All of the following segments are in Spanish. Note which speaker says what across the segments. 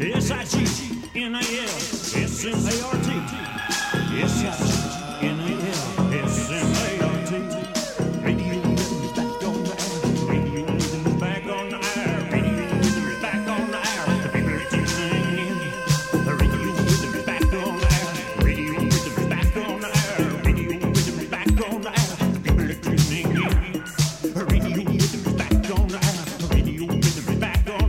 Speaker 1: Yes, I G N A L S M A R T. Yes, I G N A L S M A R T. Radio is back on the air. Radio is back on the air. Radio is back on the air. The people are tuning in. The radio is back on the air. Radio is back on the air. Radio is back on the air. The people are tuning in. The radio is back on the air. The radio is back on the air. Radio is back on the air. The people are tuning in. The radio is back on the air. The radio is back on the air. Radio is back on the air. The people are tuning in. The radio is back on the air. The radio is back on the air. Radio is back on the air. The people are tuning in. The radio is back on the air. The radio is back on the air.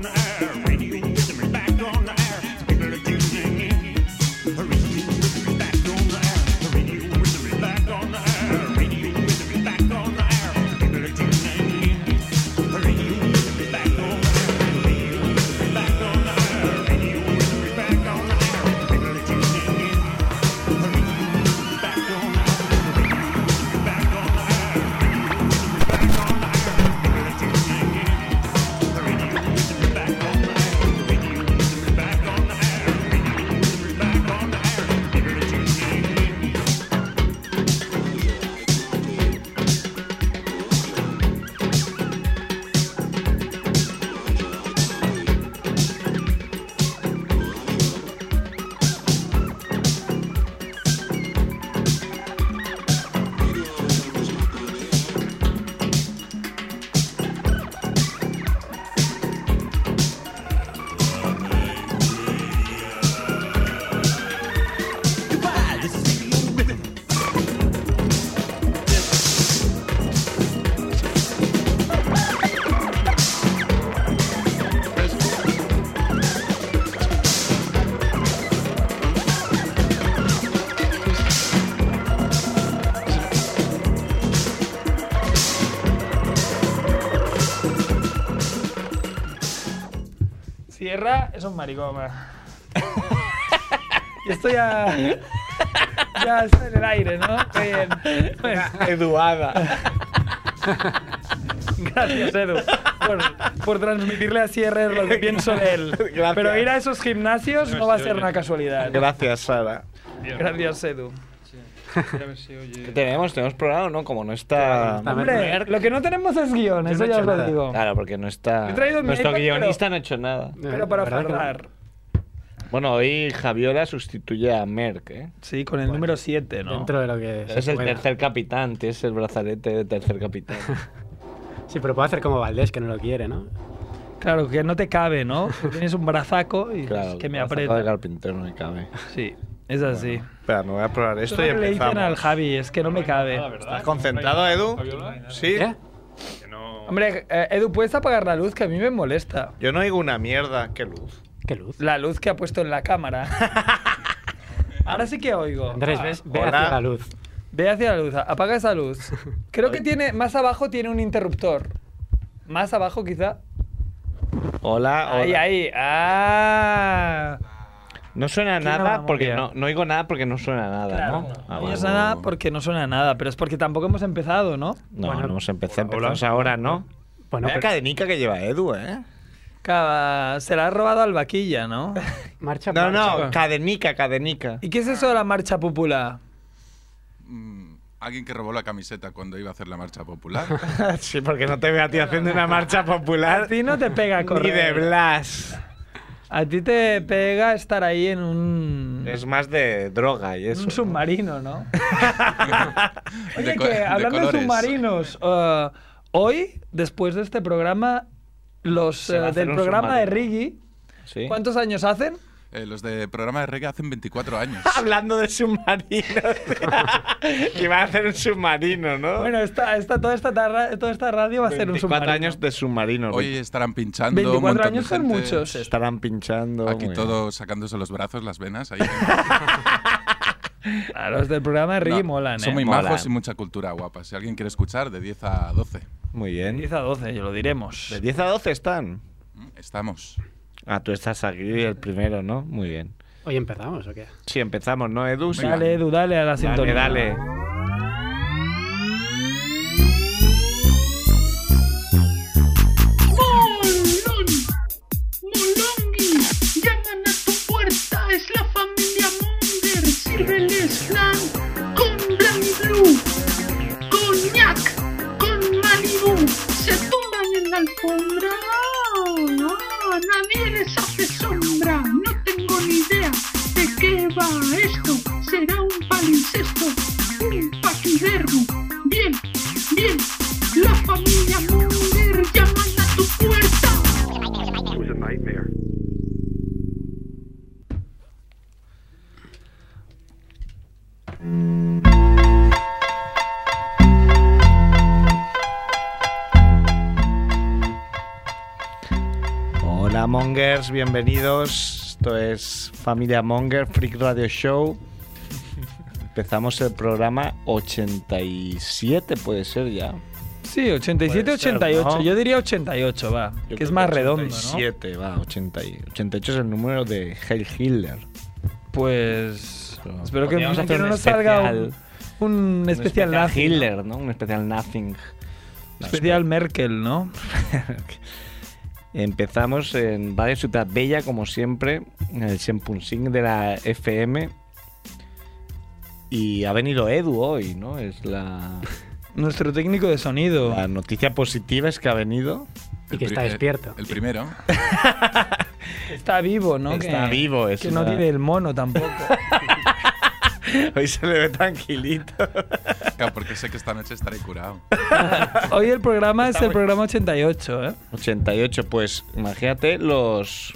Speaker 1: Goodbye, this is Radio Rhythm.
Speaker 2: Sierra es un maricón. va. y esto ya. Ya está en el aire, ¿no? Qué bien. Pues,
Speaker 3: Eduada.
Speaker 2: gracias, Edu, por, por transmitirle a Sierra lo que pienso de él.
Speaker 3: Gracias.
Speaker 2: Pero ir a esos gimnasios no va a ser una casualidad.
Speaker 3: Gracias, Sara.
Speaker 2: Gracias, Edu.
Speaker 3: Tenemos, tenemos programa, ¿no? Como no está.
Speaker 4: A ver,
Speaker 2: Hombre, lo que no tenemos es guión, eso ya os lo digo.
Speaker 3: Claro, porque no está.
Speaker 2: He traído mi
Speaker 3: Nuestro
Speaker 2: iPad,
Speaker 3: guionista no ha hecho nada.
Speaker 2: Pero para
Speaker 4: Eh, ¿Verdad que no?
Speaker 2: cerrar.
Speaker 3: Bueno, hoy Javiola sustituye a Merck, ¿eh?
Speaker 2: Sí, con el número 7, ¿no?
Speaker 4: Dentro de lo que se
Speaker 3: Es el
Speaker 4: pueda.
Speaker 3: tercer capitán, tienes el brazalete de tercer capitán.
Speaker 4: Sí, pero puede hacer como Valdés, que no lo quiere, ¿no?
Speaker 2: Claro, que no te cabe, ¿no? Que Tienes un brazaco y
Speaker 3: Claro,
Speaker 2: es que me
Speaker 3: brazaco de
Speaker 2: aprieta.
Speaker 3: carpintero no me cabe.
Speaker 2: Sí, es así.
Speaker 3: Espera, no voy a probar
Speaker 2: Esto es lo que le dicen al Javi, es que no me cabe.
Speaker 3: ¿Estás concentrado, Edu? Sí.
Speaker 4: ¿Eh?
Speaker 2: Hombre, eh, Edu, ¿puedes apagar la luz? Que a mí me molesta.
Speaker 3: Yo no oigo una mierda. Qué luz.
Speaker 4: Qué luz.
Speaker 2: La luz que ha puesto en la cámara. Ahora sí que oigo. Ah,
Speaker 4: Andrés, ves, ve
Speaker 3: Hola.
Speaker 4: hacia la luz.
Speaker 2: Ve hacia la luz, apaga esa luz. Creo que tiene, más abajo tiene un interruptor. Más abajo quizá.
Speaker 3: Hola, hola.
Speaker 2: Ahí, ahí. Ah.
Speaker 3: No suena
Speaker 2: Aquí no
Speaker 3: nada
Speaker 2: vamos
Speaker 3: porque
Speaker 2: bien.
Speaker 3: no, no oigo nada porque no suena nada,
Speaker 2: Claro,
Speaker 3: ¿no?
Speaker 2: no.
Speaker 3: Ah,
Speaker 2: No
Speaker 3: bueno.
Speaker 2: suena nada porque no suena nada, pero es porque tampoco hemos empezado, ¿no?
Speaker 3: No,
Speaker 4: Bueno.
Speaker 3: no hemos empezado. Empezamos ahora, ¿no?
Speaker 4: Bueno,
Speaker 3: Vaya
Speaker 4: pero-
Speaker 3: cadenica que lleva Edu, ¿eh?
Speaker 2: Cava, se la ha robado al vaquilla, ¿no?
Speaker 4: pues, marcha,
Speaker 3: No,
Speaker 4: marcha.
Speaker 3: no, cadenica, cadenica.
Speaker 2: ¿Y qué es eso de la marcha popular?
Speaker 5: Mm, Alguien que robó la camiseta cuando iba a hacer la marcha popular.
Speaker 3: sí, porque no te veo a ti haciendo una marcha
Speaker 2: A
Speaker 3: popular
Speaker 2: ti no te pega
Speaker 3: Ah, ni de
Speaker 2: correr.
Speaker 3: Blas.
Speaker 2: A ti te pega estar ahí en un,
Speaker 3: Es más de droga y
Speaker 2: en
Speaker 3: eso.
Speaker 2: un submarino, ¿no? Oye,
Speaker 5: De co-
Speaker 2: que
Speaker 5: de
Speaker 2: hablando de,
Speaker 5: colores.
Speaker 2: submarinos, eh, hoy, después de este programa, los
Speaker 3: Se va a
Speaker 2: eh,
Speaker 3: hacer
Speaker 2: del
Speaker 3: un
Speaker 2: programa de
Speaker 3: submarino.
Speaker 2: Riggy,
Speaker 3: Sí.
Speaker 2: ¿cuántos años hacen?
Speaker 5: Eh, los de programa de reggae hacen 24 años.
Speaker 3: Hablando de submarinos. que va a hacer un submarino, ¿no?
Speaker 2: Bueno, esta, esta, toda, esta tarra- toda esta radio va a ser un
Speaker 3: 24
Speaker 2: submarino.
Speaker 3: años de submarinos.
Speaker 5: Hoy estarán pinchando. un
Speaker 2: 24
Speaker 5: montón de
Speaker 2: años son
Speaker 5: gente.
Speaker 2: muchos.
Speaker 3: Se estarán pinchando.
Speaker 5: Aquí
Speaker 3: muy
Speaker 5: todos sacándose los brazos, las venas. Ahí.
Speaker 2: A los del programa de
Speaker 5: No,
Speaker 2: Riggy molan, ¿eh?
Speaker 5: Son muy
Speaker 3: Molan.
Speaker 5: majos y mucha cultura guapa. Si alguien quiere escuchar, de 10 a 12.
Speaker 3: bien. Muy bien.
Speaker 2: 10 a 12, yo lo diremos.
Speaker 3: De 10 a 12 están.
Speaker 5: Mm, Estamos.
Speaker 3: Ah, tú estás aquí el primero, ¿no? Muy bien.
Speaker 4: Hoy empezamos, ¿o qué?
Speaker 3: Sí, empezamos, ¿no, Edu? Sí.
Speaker 2: Dale, Edu, dale a la
Speaker 3: Dale,
Speaker 2: sintonía.
Speaker 3: dale.
Speaker 6: Molón, Molongi, llaman a tu puerta, es la familia Munger, sírveles flan con Blanc Blue, coñac, con Malibu, se tumban en la alfombra, no, nadie les hace sombra, no te
Speaker 3: Mongers, bienvenidos. Esto es Familia Monger, Freak Radio Show. Empezamos el programa 87, puede ser ya.
Speaker 2: Sí, 87,
Speaker 3: Puede ser,
Speaker 2: 88.
Speaker 3: ¿no?
Speaker 2: Yo diría 88, va.
Speaker 3: Yo
Speaker 2: que
Speaker 3: creo
Speaker 2: es más redondo,
Speaker 3: 87, va, 80 y- 88 es el número de Heil Hitler.
Speaker 2: ¿no? Pues.
Speaker 3: Pero
Speaker 2: espero que,
Speaker 3: podríamos
Speaker 2: que
Speaker 3: hacer
Speaker 2: no
Speaker 3: un
Speaker 2: nos salga un,
Speaker 3: especial-
Speaker 2: un especial
Speaker 3: un especial
Speaker 2: nazi. ¿no?
Speaker 3: Hitler, ¿no? Un especial Nothing.
Speaker 2: Especial Merkel, ¿no?
Speaker 3: Empezamos en Radio Ciudad Bella, como siempre, en el 100.5 de la FM. Y ha venido Edu hoy, ¿no? Es la,
Speaker 2: Nuestro técnico de sonido.
Speaker 3: la noticia positiva es que ha venido.
Speaker 4: Y que
Speaker 5: El
Speaker 4: está
Speaker 5: pri-
Speaker 4: despierto.
Speaker 5: El primero.
Speaker 2: Está vivo, ¿no?
Speaker 3: Está
Speaker 2: Que-
Speaker 3: vivo, es
Speaker 2: Que no
Speaker 3: una-
Speaker 2: tiene el mono tampoco.
Speaker 3: Hoy se le ve tranquilito.
Speaker 5: Claro, porque sé que esta noche estaré curado.
Speaker 2: Hoy el programa es el programa 88, ¿eh?
Speaker 3: 88, pues imagínate los.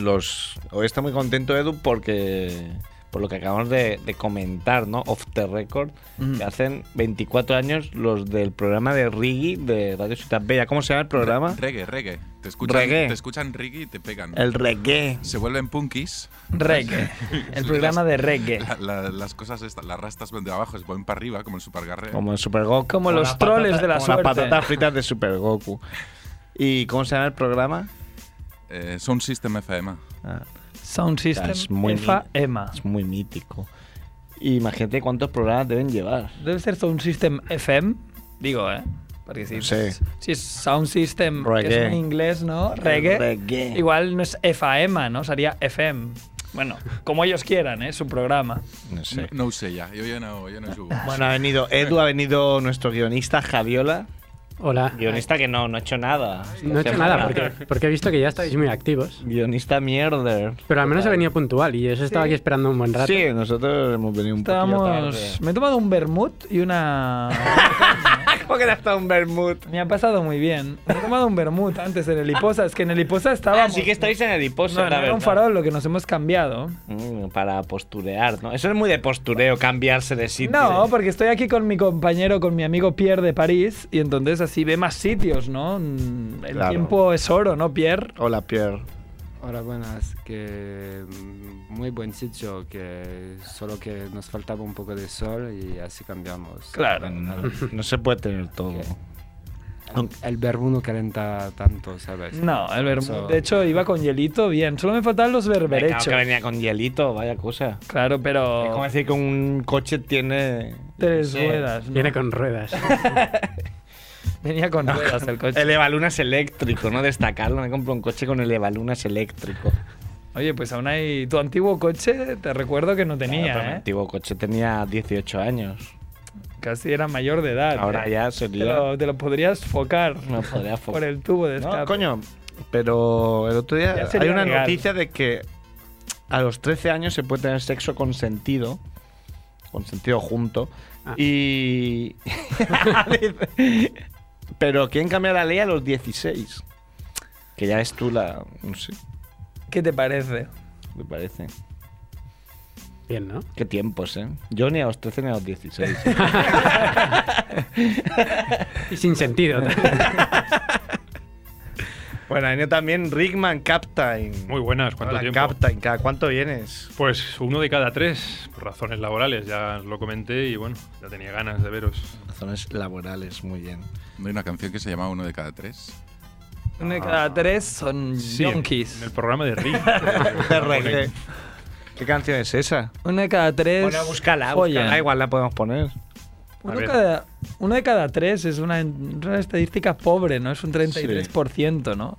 Speaker 3: Los. Hoy está muy contento Edu porque. Por lo que acabamos de, de comentar, ¿no? Off the record.
Speaker 2: Mm.
Speaker 3: Que hacen 24 años los del programa de Rigi de Radio Ciudad Bella. ¿Cómo se llama el programa?
Speaker 5: Reggae, reggae. Te escuchan,
Speaker 3: Reggae.
Speaker 5: Te escuchan reggae y te pegan.
Speaker 3: El reggae.
Speaker 5: Se vuelven punkies.
Speaker 2: Reggae. El programa de reggae.
Speaker 5: La- la- las cosas estas, las rastas de abajo se ponen para arriba, como el supergarre.
Speaker 3: Como el Super Goku.
Speaker 2: Como los
Speaker 3: las
Speaker 2: troles
Speaker 3: patatas-
Speaker 2: de la
Speaker 3: como
Speaker 2: suerte.
Speaker 3: Las patatas fritas de Super Goku. ¿Y cómo se llama el programa?
Speaker 5: Eh, Sound System FM.
Speaker 3: Ah,
Speaker 2: Sound System
Speaker 3: Es muy-
Speaker 2: Efa EMA.
Speaker 3: es muy mítico. Imagínate cuántos programas deben llevar.
Speaker 2: Debe ser Sound System FM, digo, ¿eh? Porque si,
Speaker 3: Sí.
Speaker 2: si es Sound System, que
Speaker 3: Reggae.
Speaker 2: es en inglés, ¿no? Reggae,
Speaker 3: Reggae.
Speaker 2: Igual no es EFA EMA, ¿no? Sería FM. Bueno, como ellos quieran, ¿eh? Su programa.
Speaker 3: No sé.
Speaker 5: No, no sé ya, yo ya no, yo no subo.
Speaker 3: Bueno, ha venido Edu, ha venido nuestro guionista Javiola.
Speaker 4: Hola.
Speaker 3: Guionista que no, no ha hecho nada.
Speaker 4: No he hecho nada porque, porque he visto que ya estáis muy activos.
Speaker 3: Guionista mierder.
Speaker 4: Pero al menos he venido puntual y eso estaba aquí esperando un buen rato.
Speaker 3: Sí, nosotros hemos venido un poquito
Speaker 2: Estábamos... Me he tomado un vermut y una...
Speaker 3: ¿Cómo que te has tomado un vermut?
Speaker 2: Me ha pasado muy bien. Me he tomado un vermut antes en el Iposa. Es que en el Iposa estábamos...
Speaker 3: Así Ah, que estáis en el hiposa,
Speaker 2: No, no
Speaker 3: la
Speaker 2: era un
Speaker 3: verdad.
Speaker 2: farol lo que nos hemos cambiado.
Speaker 3: Mm, para posturear, ¿no? Eso es muy de postureo, cambiarse de sitio.
Speaker 2: No, porque estoy aquí con mi compañero, con mi amigo Pierre de París, y entonces así ve más sitios, ¿no? Mm, El
Speaker 3: Claro.
Speaker 2: tiempo es oro, ¿no, Pierre?
Speaker 3: Hola, Pierre.
Speaker 7: Hola, buenas. Que mm, muy buen sitio, que solo que nos faltaba un poco de sol y así cambiamos.
Speaker 2: Claro.
Speaker 3: Mm, No se puede tener todo. Aunque-
Speaker 7: El verbo no calenta tanto, ¿sabes?
Speaker 2: No, el vermut.
Speaker 7: Eso-
Speaker 2: De hecho, iba con hielito bien. Solo me faltaban los
Speaker 3: Venga,
Speaker 2: berberechos.
Speaker 3: que venía con hielito, vaya cosa.
Speaker 2: Claro,
Speaker 3: Es como
Speaker 2: pero
Speaker 3: decir que un coche tiene...
Speaker 2: tres
Speaker 3: Sí.
Speaker 2: ruedas. ¿no?
Speaker 4: Viene con ruedas.
Speaker 2: Venía con ruedas el coche.
Speaker 3: El Evalunas eléctrico, ¿no? Destacarlo. Me compro un coche con el Evalunas eléctrico.
Speaker 2: Oye, pues aún hay tu antiguo coche, te recuerdo que no tenía,
Speaker 3: Claro, pero mi
Speaker 2: ¿eh?
Speaker 3: antiguo coche tenía 18 años.
Speaker 2: Casi era mayor de edad.
Speaker 3: Ahora
Speaker 2: ¿eh?
Speaker 3: ya
Speaker 2: Te
Speaker 3: sería.
Speaker 2: lo, te lo podrías focar
Speaker 3: Me podría fo-
Speaker 2: por el tubo de escape.
Speaker 3: No, coño. Pero el otro
Speaker 2: Ya
Speaker 3: día hay
Speaker 2: sería
Speaker 3: una
Speaker 2: legal.
Speaker 3: noticia de que a los 13 años se puede tener sexo consentido. Consentido junto.
Speaker 4: Ah.
Speaker 3: Y. pero quieren cambiar la ley a los 16. Que ya es tú la. No sé,
Speaker 2: ¿Qué te parece?
Speaker 3: me parece.
Speaker 4: Bien, ¿no?
Speaker 3: Qué tiempos, ¿eh? Yo ni a los 13 ni a los 16.
Speaker 4: Y sin sentido.
Speaker 3: Bueno, ha venido también Rickman Captain.
Speaker 8: Muy buenas, ¿cuánto
Speaker 3: Hola,
Speaker 8: tiempo?
Speaker 3: Captain, ¿cada cuánto vienes?
Speaker 8: Pues uno de cada tres, por razones laborales, ya os lo comenté y bueno, ya tenía ganas de veros.
Speaker 3: Razones laborales, muy bien.
Speaker 5: No hay una canción que se llama Uno de cada tres.
Speaker 3: Ah.
Speaker 2: Uno de cada tres son
Speaker 8: Sí, en, en
Speaker 2: yonkis.
Speaker 8: el programa de Rick.
Speaker 3: De reggae. ¿Qué canción es esa?
Speaker 2: Uno de cada tres.
Speaker 3: Bueno, búscala,
Speaker 2: follan.
Speaker 3: búscala. Igual la podemos poner.
Speaker 2: Uno,
Speaker 8: A ver.
Speaker 2: cada- uno de cada tres es una, una estadística pobre, ¿no? Es un 33%, ¿no? No, es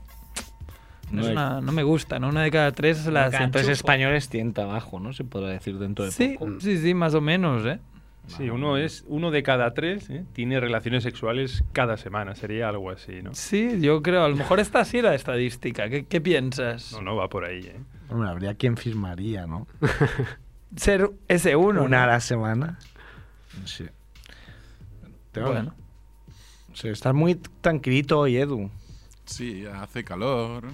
Speaker 3: No hay-
Speaker 2: una- no me gusta, ¿no? Una de cada tres es la.
Speaker 3: Cantos
Speaker 2: enchufa.
Speaker 3: españoles tienta abajo, ¿no? Se podrá decir dentro de
Speaker 2: Sí,
Speaker 3: poco.
Speaker 2: sí, sí, más o menos, ¿eh?
Speaker 8: Sí, uno es uno de cada tres ¿eh? tiene relaciones sexuales cada semana, sería algo así, ¿no?
Speaker 2: Sí, yo creo. A lo mejor esta sí la estadística. ¿Qué, qué piensas?
Speaker 8: No, no va por ahí. ¿eh?
Speaker 3: Bueno, habría quien firmaría, ¿no?
Speaker 2: Ser S1. ¿no?
Speaker 3: Una a la semana. Sí. Tengo-
Speaker 2: Bueno.
Speaker 3: Sí, estás muy tranquilito hoy, Edu.
Speaker 5: Sí, hace calor.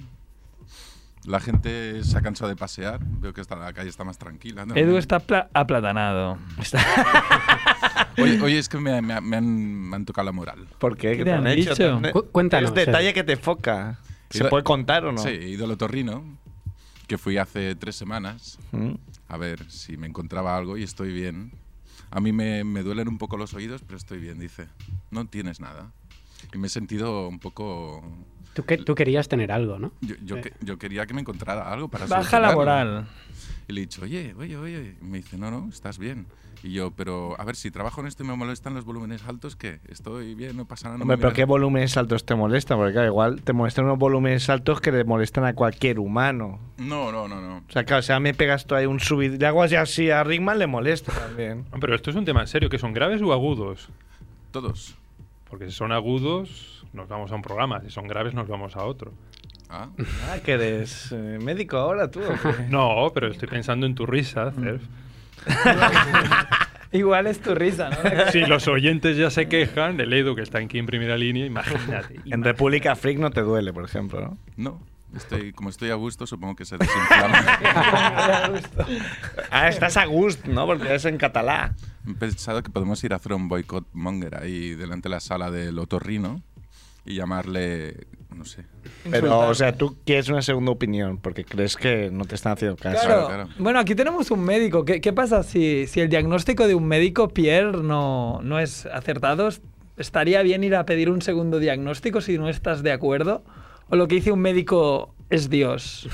Speaker 5: La gente se ha cansado de pasear. Veo que está, la calle está más tranquila. ¿no?
Speaker 2: Edu está apla- aplatanado.
Speaker 5: Oye, oye, es que me, me- me han, me han tocado la moral.
Speaker 3: ¿Por qué?
Speaker 2: ¿Qué te han dicho?
Speaker 4: Cu- cuéntanos,
Speaker 3: Es detalle que te foca. ¿Se puede contar o no?
Speaker 5: Sí, ídolo torrino, que fui hace tres semanas
Speaker 3: ¿Mm?
Speaker 5: a ver si me encontraba algo y estoy bien. A mí me, me duelen un poco los oídos, pero estoy bien, dice. No tienes nada. Y me he sentido un poco...
Speaker 4: Tú, que- tú querías tener algo, ¿no?
Speaker 5: Yo, yo que- yo quería que me encontrara algo para
Speaker 2: Baja
Speaker 5: solucionarlo.
Speaker 2: laboral.
Speaker 5: Y le he dicho, oye, oye, oye. Y me dice, no, no, estás bien. Y yo, pero a ver, si trabajo en esto y me molestan los volúmenes altos, ¿qué? Estoy bien, no pasa nada. no
Speaker 3: Hombre,
Speaker 5: me
Speaker 3: pero
Speaker 5: miras".
Speaker 3: ¿qué volúmenes altos te molestan? Porque claro, igual te molestan unos volúmenes altos que le molestan a cualquier humano.
Speaker 5: No, no, no, no.
Speaker 3: O sea, claro, o sea, me pegas tú ahí un subid. Le hago así, así a Rickman, le molesta también.
Speaker 8: Ah, Pero esto es un tema en serio, que son graves o agudos.
Speaker 5: Todos.
Speaker 8: Porque si son agudos, nos vamos a un programa. Si son graves, nos vamos a otro.
Speaker 5: Ah,
Speaker 3: Ah, que eres eh, médico ahora tú. o qué?
Speaker 8: No, pero estoy pensando en tu risa, Cerf.
Speaker 2: Igual es tu risa, ¿no?
Speaker 8: Si los oyentes ya se quejan del Edu que está aquí en primera línea, imagínate.
Speaker 3: en República Freak no te duele, por ejemplo, ¿no?
Speaker 5: no. Estoy, como estoy a gusto, supongo que se desinflama.
Speaker 3: Ah, estás a gusto, ¿no? Porque es en catalá.
Speaker 5: He pensado que podemos ir a hacer un boicot monger ahí delante de la sala del otorrino y llamarle, no sé.
Speaker 3: Pero, o sea, tú quieres una segunda opinión porque crees que no te están haciendo caso.
Speaker 2: Claro.
Speaker 5: claro.
Speaker 2: Bueno, aquí tenemos un médico. ¿Qué, qué pasa si, si el diagnóstico de un médico, Pierre, no, no es acertado? ¿Estaría bien ir a pedir un segundo diagnóstico si no estás de acuerdo? ¿O lo que dice un médico es Dios?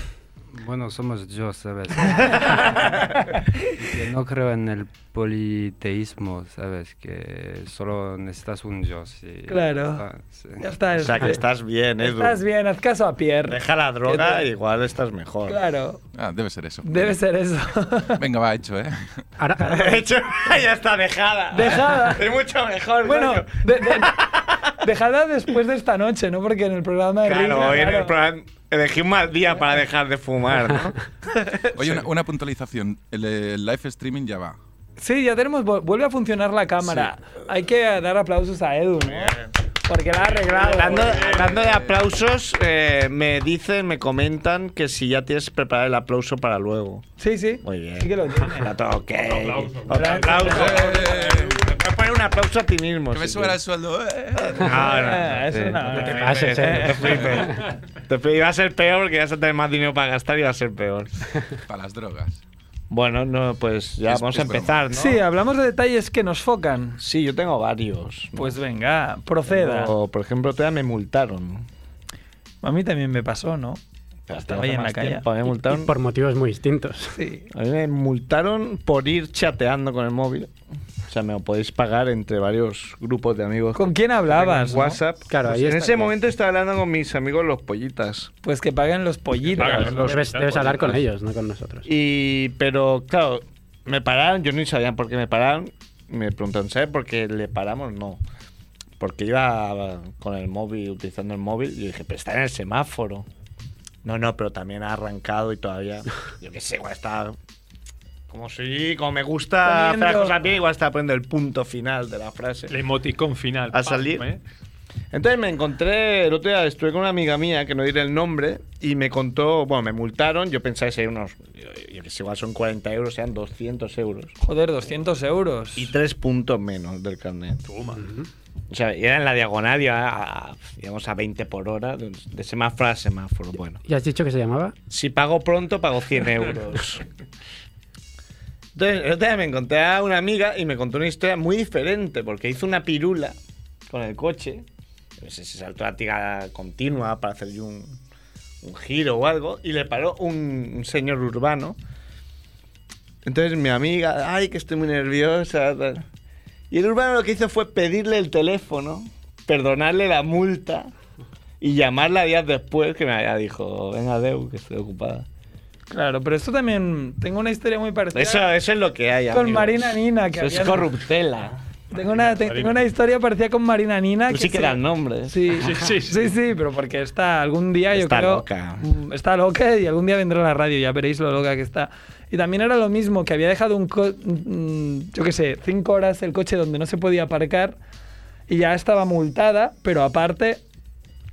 Speaker 7: Bueno, somos yo, ¿sabes? Que no creo en el politeísmo, ¿sabes? Que solo necesitas un dios. y ya
Speaker 2: Claro.
Speaker 7: está, sí.
Speaker 2: Ya está.
Speaker 3: O sea,
Speaker 2: este-
Speaker 3: que estás bien, Edu.
Speaker 2: estás bien, haz caso a Pierre.
Speaker 3: Deja la droga,
Speaker 2: Que te-
Speaker 3: igual estás mejor.
Speaker 2: Claro,
Speaker 5: Ah, debe ser eso.
Speaker 2: debe ser eso.
Speaker 5: Venga, va, hecho, ¿eh?
Speaker 4: Ahora, ahora-
Speaker 3: De hecho, ya está dejada.
Speaker 2: Dejada.
Speaker 3: Es mucho mejor.
Speaker 2: bueno,
Speaker 3: coño.
Speaker 2: de- de- dejada después de esta noche, ¿no? Porque en el programa de
Speaker 3: Claro,
Speaker 2: Rick-
Speaker 3: hoy en el
Speaker 2: claro.
Speaker 3: programa elegí un mal día para dejar de fumar, ¿no?
Speaker 5: Oye, una, una puntualización. El, eh, live streaming ya va.
Speaker 2: Sí, ya tenemos. vu- Vuelve a funcionar la cámara. Hay que dar aplausos a Edu, ¿no? Porque la ha arreglado.
Speaker 3: Hablando, hablando Ah, de aplausos, eh, me dicen, me comentan que si ya tienes preparado el aplauso para luego.
Speaker 2: Sí, sí.
Speaker 3: Muy bien.
Speaker 2: Sí que lo tiene.
Speaker 3: Está todo ok.
Speaker 8: aplauso.
Speaker 3: Otro aplauso. Voy a poner un aplauso a ti mismo.
Speaker 5: Que me
Speaker 3: si
Speaker 5: suba el
Speaker 3: quieres.
Speaker 5: sueldo, ¿eh?
Speaker 3: No, no, no,
Speaker 2: Ah, es
Speaker 3: sí.
Speaker 2: una-
Speaker 3: No te
Speaker 4: Ah, sí,
Speaker 3: flipes,
Speaker 4: sí.
Speaker 3: eh, no te flipes. Te flipes. Iba a ser peor porque vas a tener más dinero para gastar y va a ser peor.
Speaker 5: Para las drogas.
Speaker 3: Bueno, no, pues ya
Speaker 5: Es-
Speaker 3: vamos
Speaker 5: es
Speaker 3: a empezar, ¿no?
Speaker 2: Sí, hablamos de detalles que nos focan.
Speaker 3: Sí, yo tengo varios.
Speaker 2: Pues venga, proceda.
Speaker 3: O, por ejemplo, te me multaron.
Speaker 2: A mí también me pasó, ¿no?
Speaker 3: Pero
Speaker 2: Estaba
Speaker 3: hace
Speaker 2: ahí en
Speaker 3: más
Speaker 2: la calle.
Speaker 3: tiempo, a mí me
Speaker 4: y-
Speaker 3: multaron-
Speaker 4: y por motivos muy distintos.
Speaker 2: Sí.
Speaker 3: A mí me multaron por ir chateando con el móvil. O sea, me lo podéis pagar entre varios grupos de amigos.
Speaker 2: ¿Con quién hablabas? no?
Speaker 3: WhatsApp. Pues
Speaker 4: Claro, ahí
Speaker 3: en
Speaker 4: está
Speaker 3: ese
Speaker 4: claro.
Speaker 3: momento estaba hablando con mis amigos los pollitas.
Speaker 2: Pues que paguen los pollitos.
Speaker 8: Pagan los-
Speaker 4: Los ves- debes hablar con ellos, no con nosotros.
Speaker 3: Y, pero claro, me pararon, yo ni sabía por qué me pararon. Me preguntaron, ¿sabes por qué le paramos? No. Porque iba con el móvil, utilizando el móvil, y dije, pero está en el semáforo. No, no, pero también ha arrancado y todavía. Yo qué sé, igual está. Como si, como me gusta hacer las
Speaker 2: Poniendo-
Speaker 3: cosas bien, igual está poniendo el punto final de la frase.
Speaker 8: El emoticón final.
Speaker 3: A
Speaker 8: pam,
Speaker 3: salir.
Speaker 8: ¿eh?
Speaker 3: Entonces me encontré, el otro día estuve con una amiga mía, que no diré el nombre, y me contó, bueno, me multaron, yo pensaba que serían unos, yo, yo que sé, igual son 40 euros, sean 200 euros.
Speaker 2: Joder, 200 euros.
Speaker 3: Y tres puntos menos del carnet.
Speaker 8: Toma.
Speaker 3: O sea, y era en la diagonal, iba a, a, digamos a 20 por hora, de, de semáforo a semáforo. Bueno,
Speaker 4: ¿Y has dicho que se llamaba?
Speaker 3: si pago pronto, pago 100 euros. Entonces, el otro día me encontré a una amiga y me contó una historia muy diferente, porque hizo una pirula con el coche. No sé si saltó la tira continua para hacer un, un giro o algo, y le paró un, un señor urbano. Entonces mi amiga, ay, que estoy muy nerviosa. tal. Y el urbano lo que hizo fue pedirle el teléfono, perdonarle la multa y llamarla días después, que me había dijo, venga, Deu, que estoy ocupada.
Speaker 2: Claro, pero esto también. Tengo una historia muy parecida.
Speaker 3: Eso, eso es lo que hay.
Speaker 2: Con
Speaker 3: amigos.
Speaker 2: Marina Nina, que
Speaker 3: Eso es
Speaker 2: habían-
Speaker 3: corruptela.
Speaker 2: Tengo una, te- tengo una historia parecida con Marina Nina.
Speaker 3: Tú sí que
Speaker 2: se-
Speaker 3: dan
Speaker 2: Ah,
Speaker 3: nombres.
Speaker 2: Sí,
Speaker 8: Sí, sí,
Speaker 2: sí,
Speaker 8: sí.
Speaker 2: sí, pero porque está algún día, yo
Speaker 3: Está
Speaker 2: creo.
Speaker 3: loca.
Speaker 2: Mm, Está loca y algún día vendrá a la radio, ya veréis lo loca que está. Y también era lo mismo, que había dejado un. co- mm, yo qué sé, cinco horas el coche donde no se podía aparcar y ya estaba multada, pero aparte,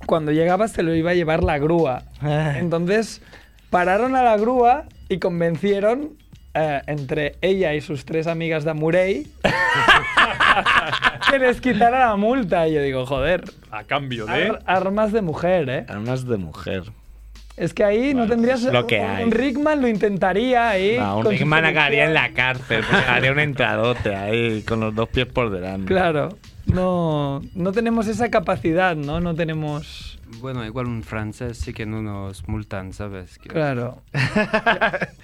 Speaker 2: cuando llegaba se lo iba a llevar la grúa.
Speaker 3: Eh.
Speaker 2: Entonces pararon a la grúa y convencieron eh, entre ella y sus tres amigas de Amurey que les quitara la multa. Y yo digo, joder,
Speaker 8: A cambio de.
Speaker 2: ar- armas de mujer, ¿eh?
Speaker 3: Armas de mujer.
Speaker 2: Es que ahí no tendrías.
Speaker 3: lo que
Speaker 2: un-
Speaker 3: hay.
Speaker 2: Un Rickman lo intentaría ahí.
Speaker 3: No, un
Speaker 2: con su
Speaker 3: Rickman
Speaker 2: policía.
Speaker 3: acabaría en la cárcel. porque Haría un entradote ahí con los dos pies por delante.
Speaker 2: Claro. No, no tenemos esa capacidad, ¿no? No tenemos.
Speaker 7: Bueno, igual un francés sí que no nos multan, ¿sabes? Que-
Speaker 2: Claro.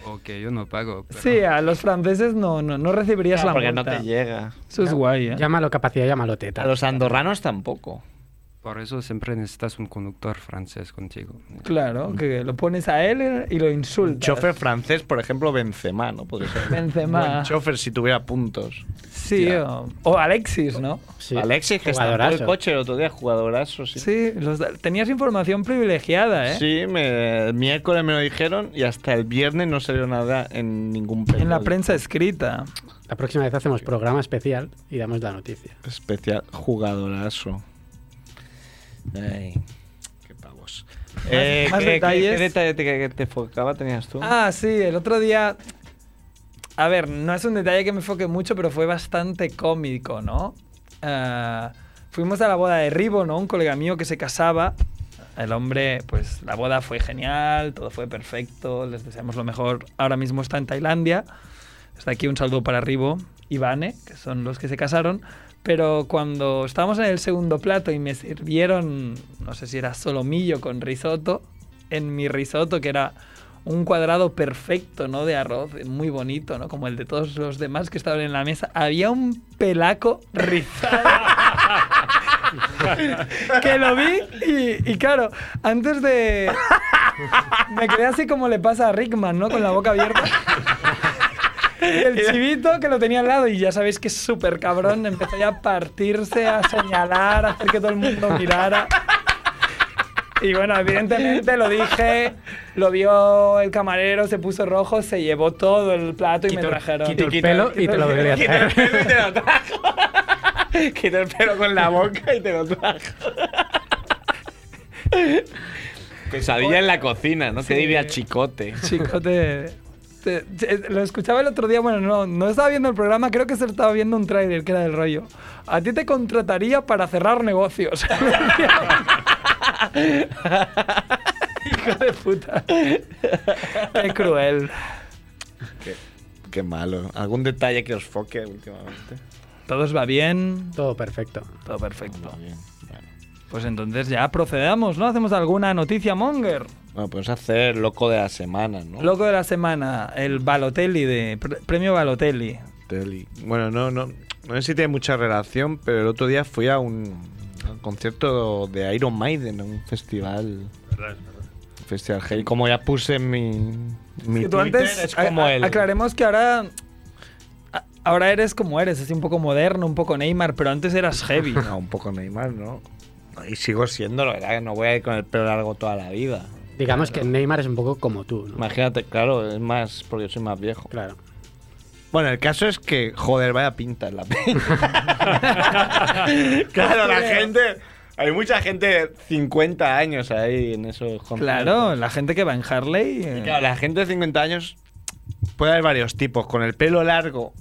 Speaker 7: O que yo no pago. pero-
Speaker 2: Sí, a los franceses no, no, no recibirías
Speaker 3: Claro,
Speaker 2: la
Speaker 3: porque no
Speaker 2: multa.
Speaker 3: te llega.
Speaker 2: Eso es guay, ¿eh?
Speaker 4: Llámalo capacidad, llámalo teta.
Speaker 3: A los andorranos tampoco.
Speaker 7: Por eso siempre necesitas un conductor francés contigo.
Speaker 2: Claro, que lo pones a él y lo
Speaker 3: Un
Speaker 2: insultas.
Speaker 3: chofer francés, por ejemplo, Benzema, ¿no? Podría ser.
Speaker 2: Benzema.
Speaker 3: Un chofer si tuviera puntos.
Speaker 2: Sí, o, o Alexis, ¿no?
Speaker 4: Sí.
Speaker 3: Alexis, que estampó
Speaker 4: Jugadorazo.
Speaker 3: el coche el otro día, jugadorazo, sí.
Speaker 2: Sí, los da- tenías información privilegiada, ¿eh?
Speaker 3: Sí, me, el miércoles me lo dijeron y hasta el viernes no salió nada en ningún
Speaker 2: En la
Speaker 3: periódico
Speaker 2: prensa escrita.
Speaker 4: La próxima vez hacemos programa especial y damos la noticia.
Speaker 3: especial. Jugadorazo. Ay, qué pavos.
Speaker 2: más
Speaker 3: Eh, ¿qué, qué-
Speaker 2: detalles?
Speaker 3: qué detalle te, que te enfocaba tenías tú?
Speaker 2: Ah, sí, el otro día. A ver, no es un detalle que me enfoque mucho, pero fue bastante cómico, ¿no? Ah, fuimos a la boda de Ribo, ¿no? Un colega mío que se casaba. El hombre, pues la boda fue genial, todo fue perfecto, les deseamos lo mejor. Ahora mismo está en Tailandia. Desde aquí un saludo para Ribo y Vane, que son los que se casaron. Pero cuando estábamos en el segundo plato y me sirvieron, no sé si era solomillo con risotto, en mi risotto, que era un cuadrado perfecto, ¿no? De arroz, muy bonito, ¿no? Como el de todos los demás que estaban en la mesa, había un pelaco rizado. que lo vi y, y claro, antes de... Me quedé así como le pasa a Rickman, ¿no? Con la boca abierta. El chivito que lo tenía al lado y ya sabéis que es súper cabrón, empezó ya a partirse, a señalar, a hacer que todo el mundo mirara. Y bueno, evidentemente lo dije, lo vio el camarero, se puso rojo, se llevó todo el plato y me trajeron.
Speaker 4: Quito el pelo y te lo deberías
Speaker 3: Quita el
Speaker 4: traer.
Speaker 3: pelo y te lo trajo. Quita el pelo con la boca y te lo trajo. Pesadilla en la cocina, ¿no? Te diría chicote.
Speaker 2: Chico, te, te- te- lo escuchaba el otro día, bueno, no, no estaba viendo el programa, creo que se estaba viendo un tráiler que era del rollo. A ti te contrataría para cerrar negocios. Hijo de puta. Qué cruel.
Speaker 3: Qué malo. ¿Algún detalle que os foque últimamente?
Speaker 2: Todos va bien,
Speaker 4: Todo perfecto.
Speaker 2: todo perfecto.
Speaker 3: Bien, bueno.
Speaker 2: Pues entonces ya procedamos, ¿no? Hacemos alguna noticia monger.
Speaker 3: Bueno, podemos hacer loco de la semana, ¿no?
Speaker 2: Loco de la semana, el Balotelli de pre- premio Balotelli.
Speaker 3: Teli. Bueno, no, no, no sé si tiene mucha relación, pero el otro día fui a un, a un concierto de Iron Maiden, a un festival. un Festival heavy. Como ya puse en mi. mi
Speaker 2: Que tú
Speaker 3: Twitter,
Speaker 2: antes
Speaker 3: es como
Speaker 2: a- a-
Speaker 3: el.
Speaker 2: aclaremos que ahora a- ahora eres como eres, así un poco moderno, un poco Neymar, pero antes eras heavy.
Speaker 3: No, un poco Neymar, ¿no? Y sigo siendo, la verdad, que no voy a ir con el pelo largo toda la vida.
Speaker 4: Digamos que Neymar es un poco como tú, ¿no?
Speaker 3: Imagínate, claro, es más porque soy más viejo.
Speaker 4: Claro.
Speaker 3: Bueno, el caso es que, joder, vaya pinta en la pena. claro, la gente. Hay mucha gente de 50 años ahí en esos conciertos.
Speaker 2: Claro, la gente que va en Harley. eh,
Speaker 3: Y claro, la gente de 50 años puede haber varios tipos. Con el pelo largo,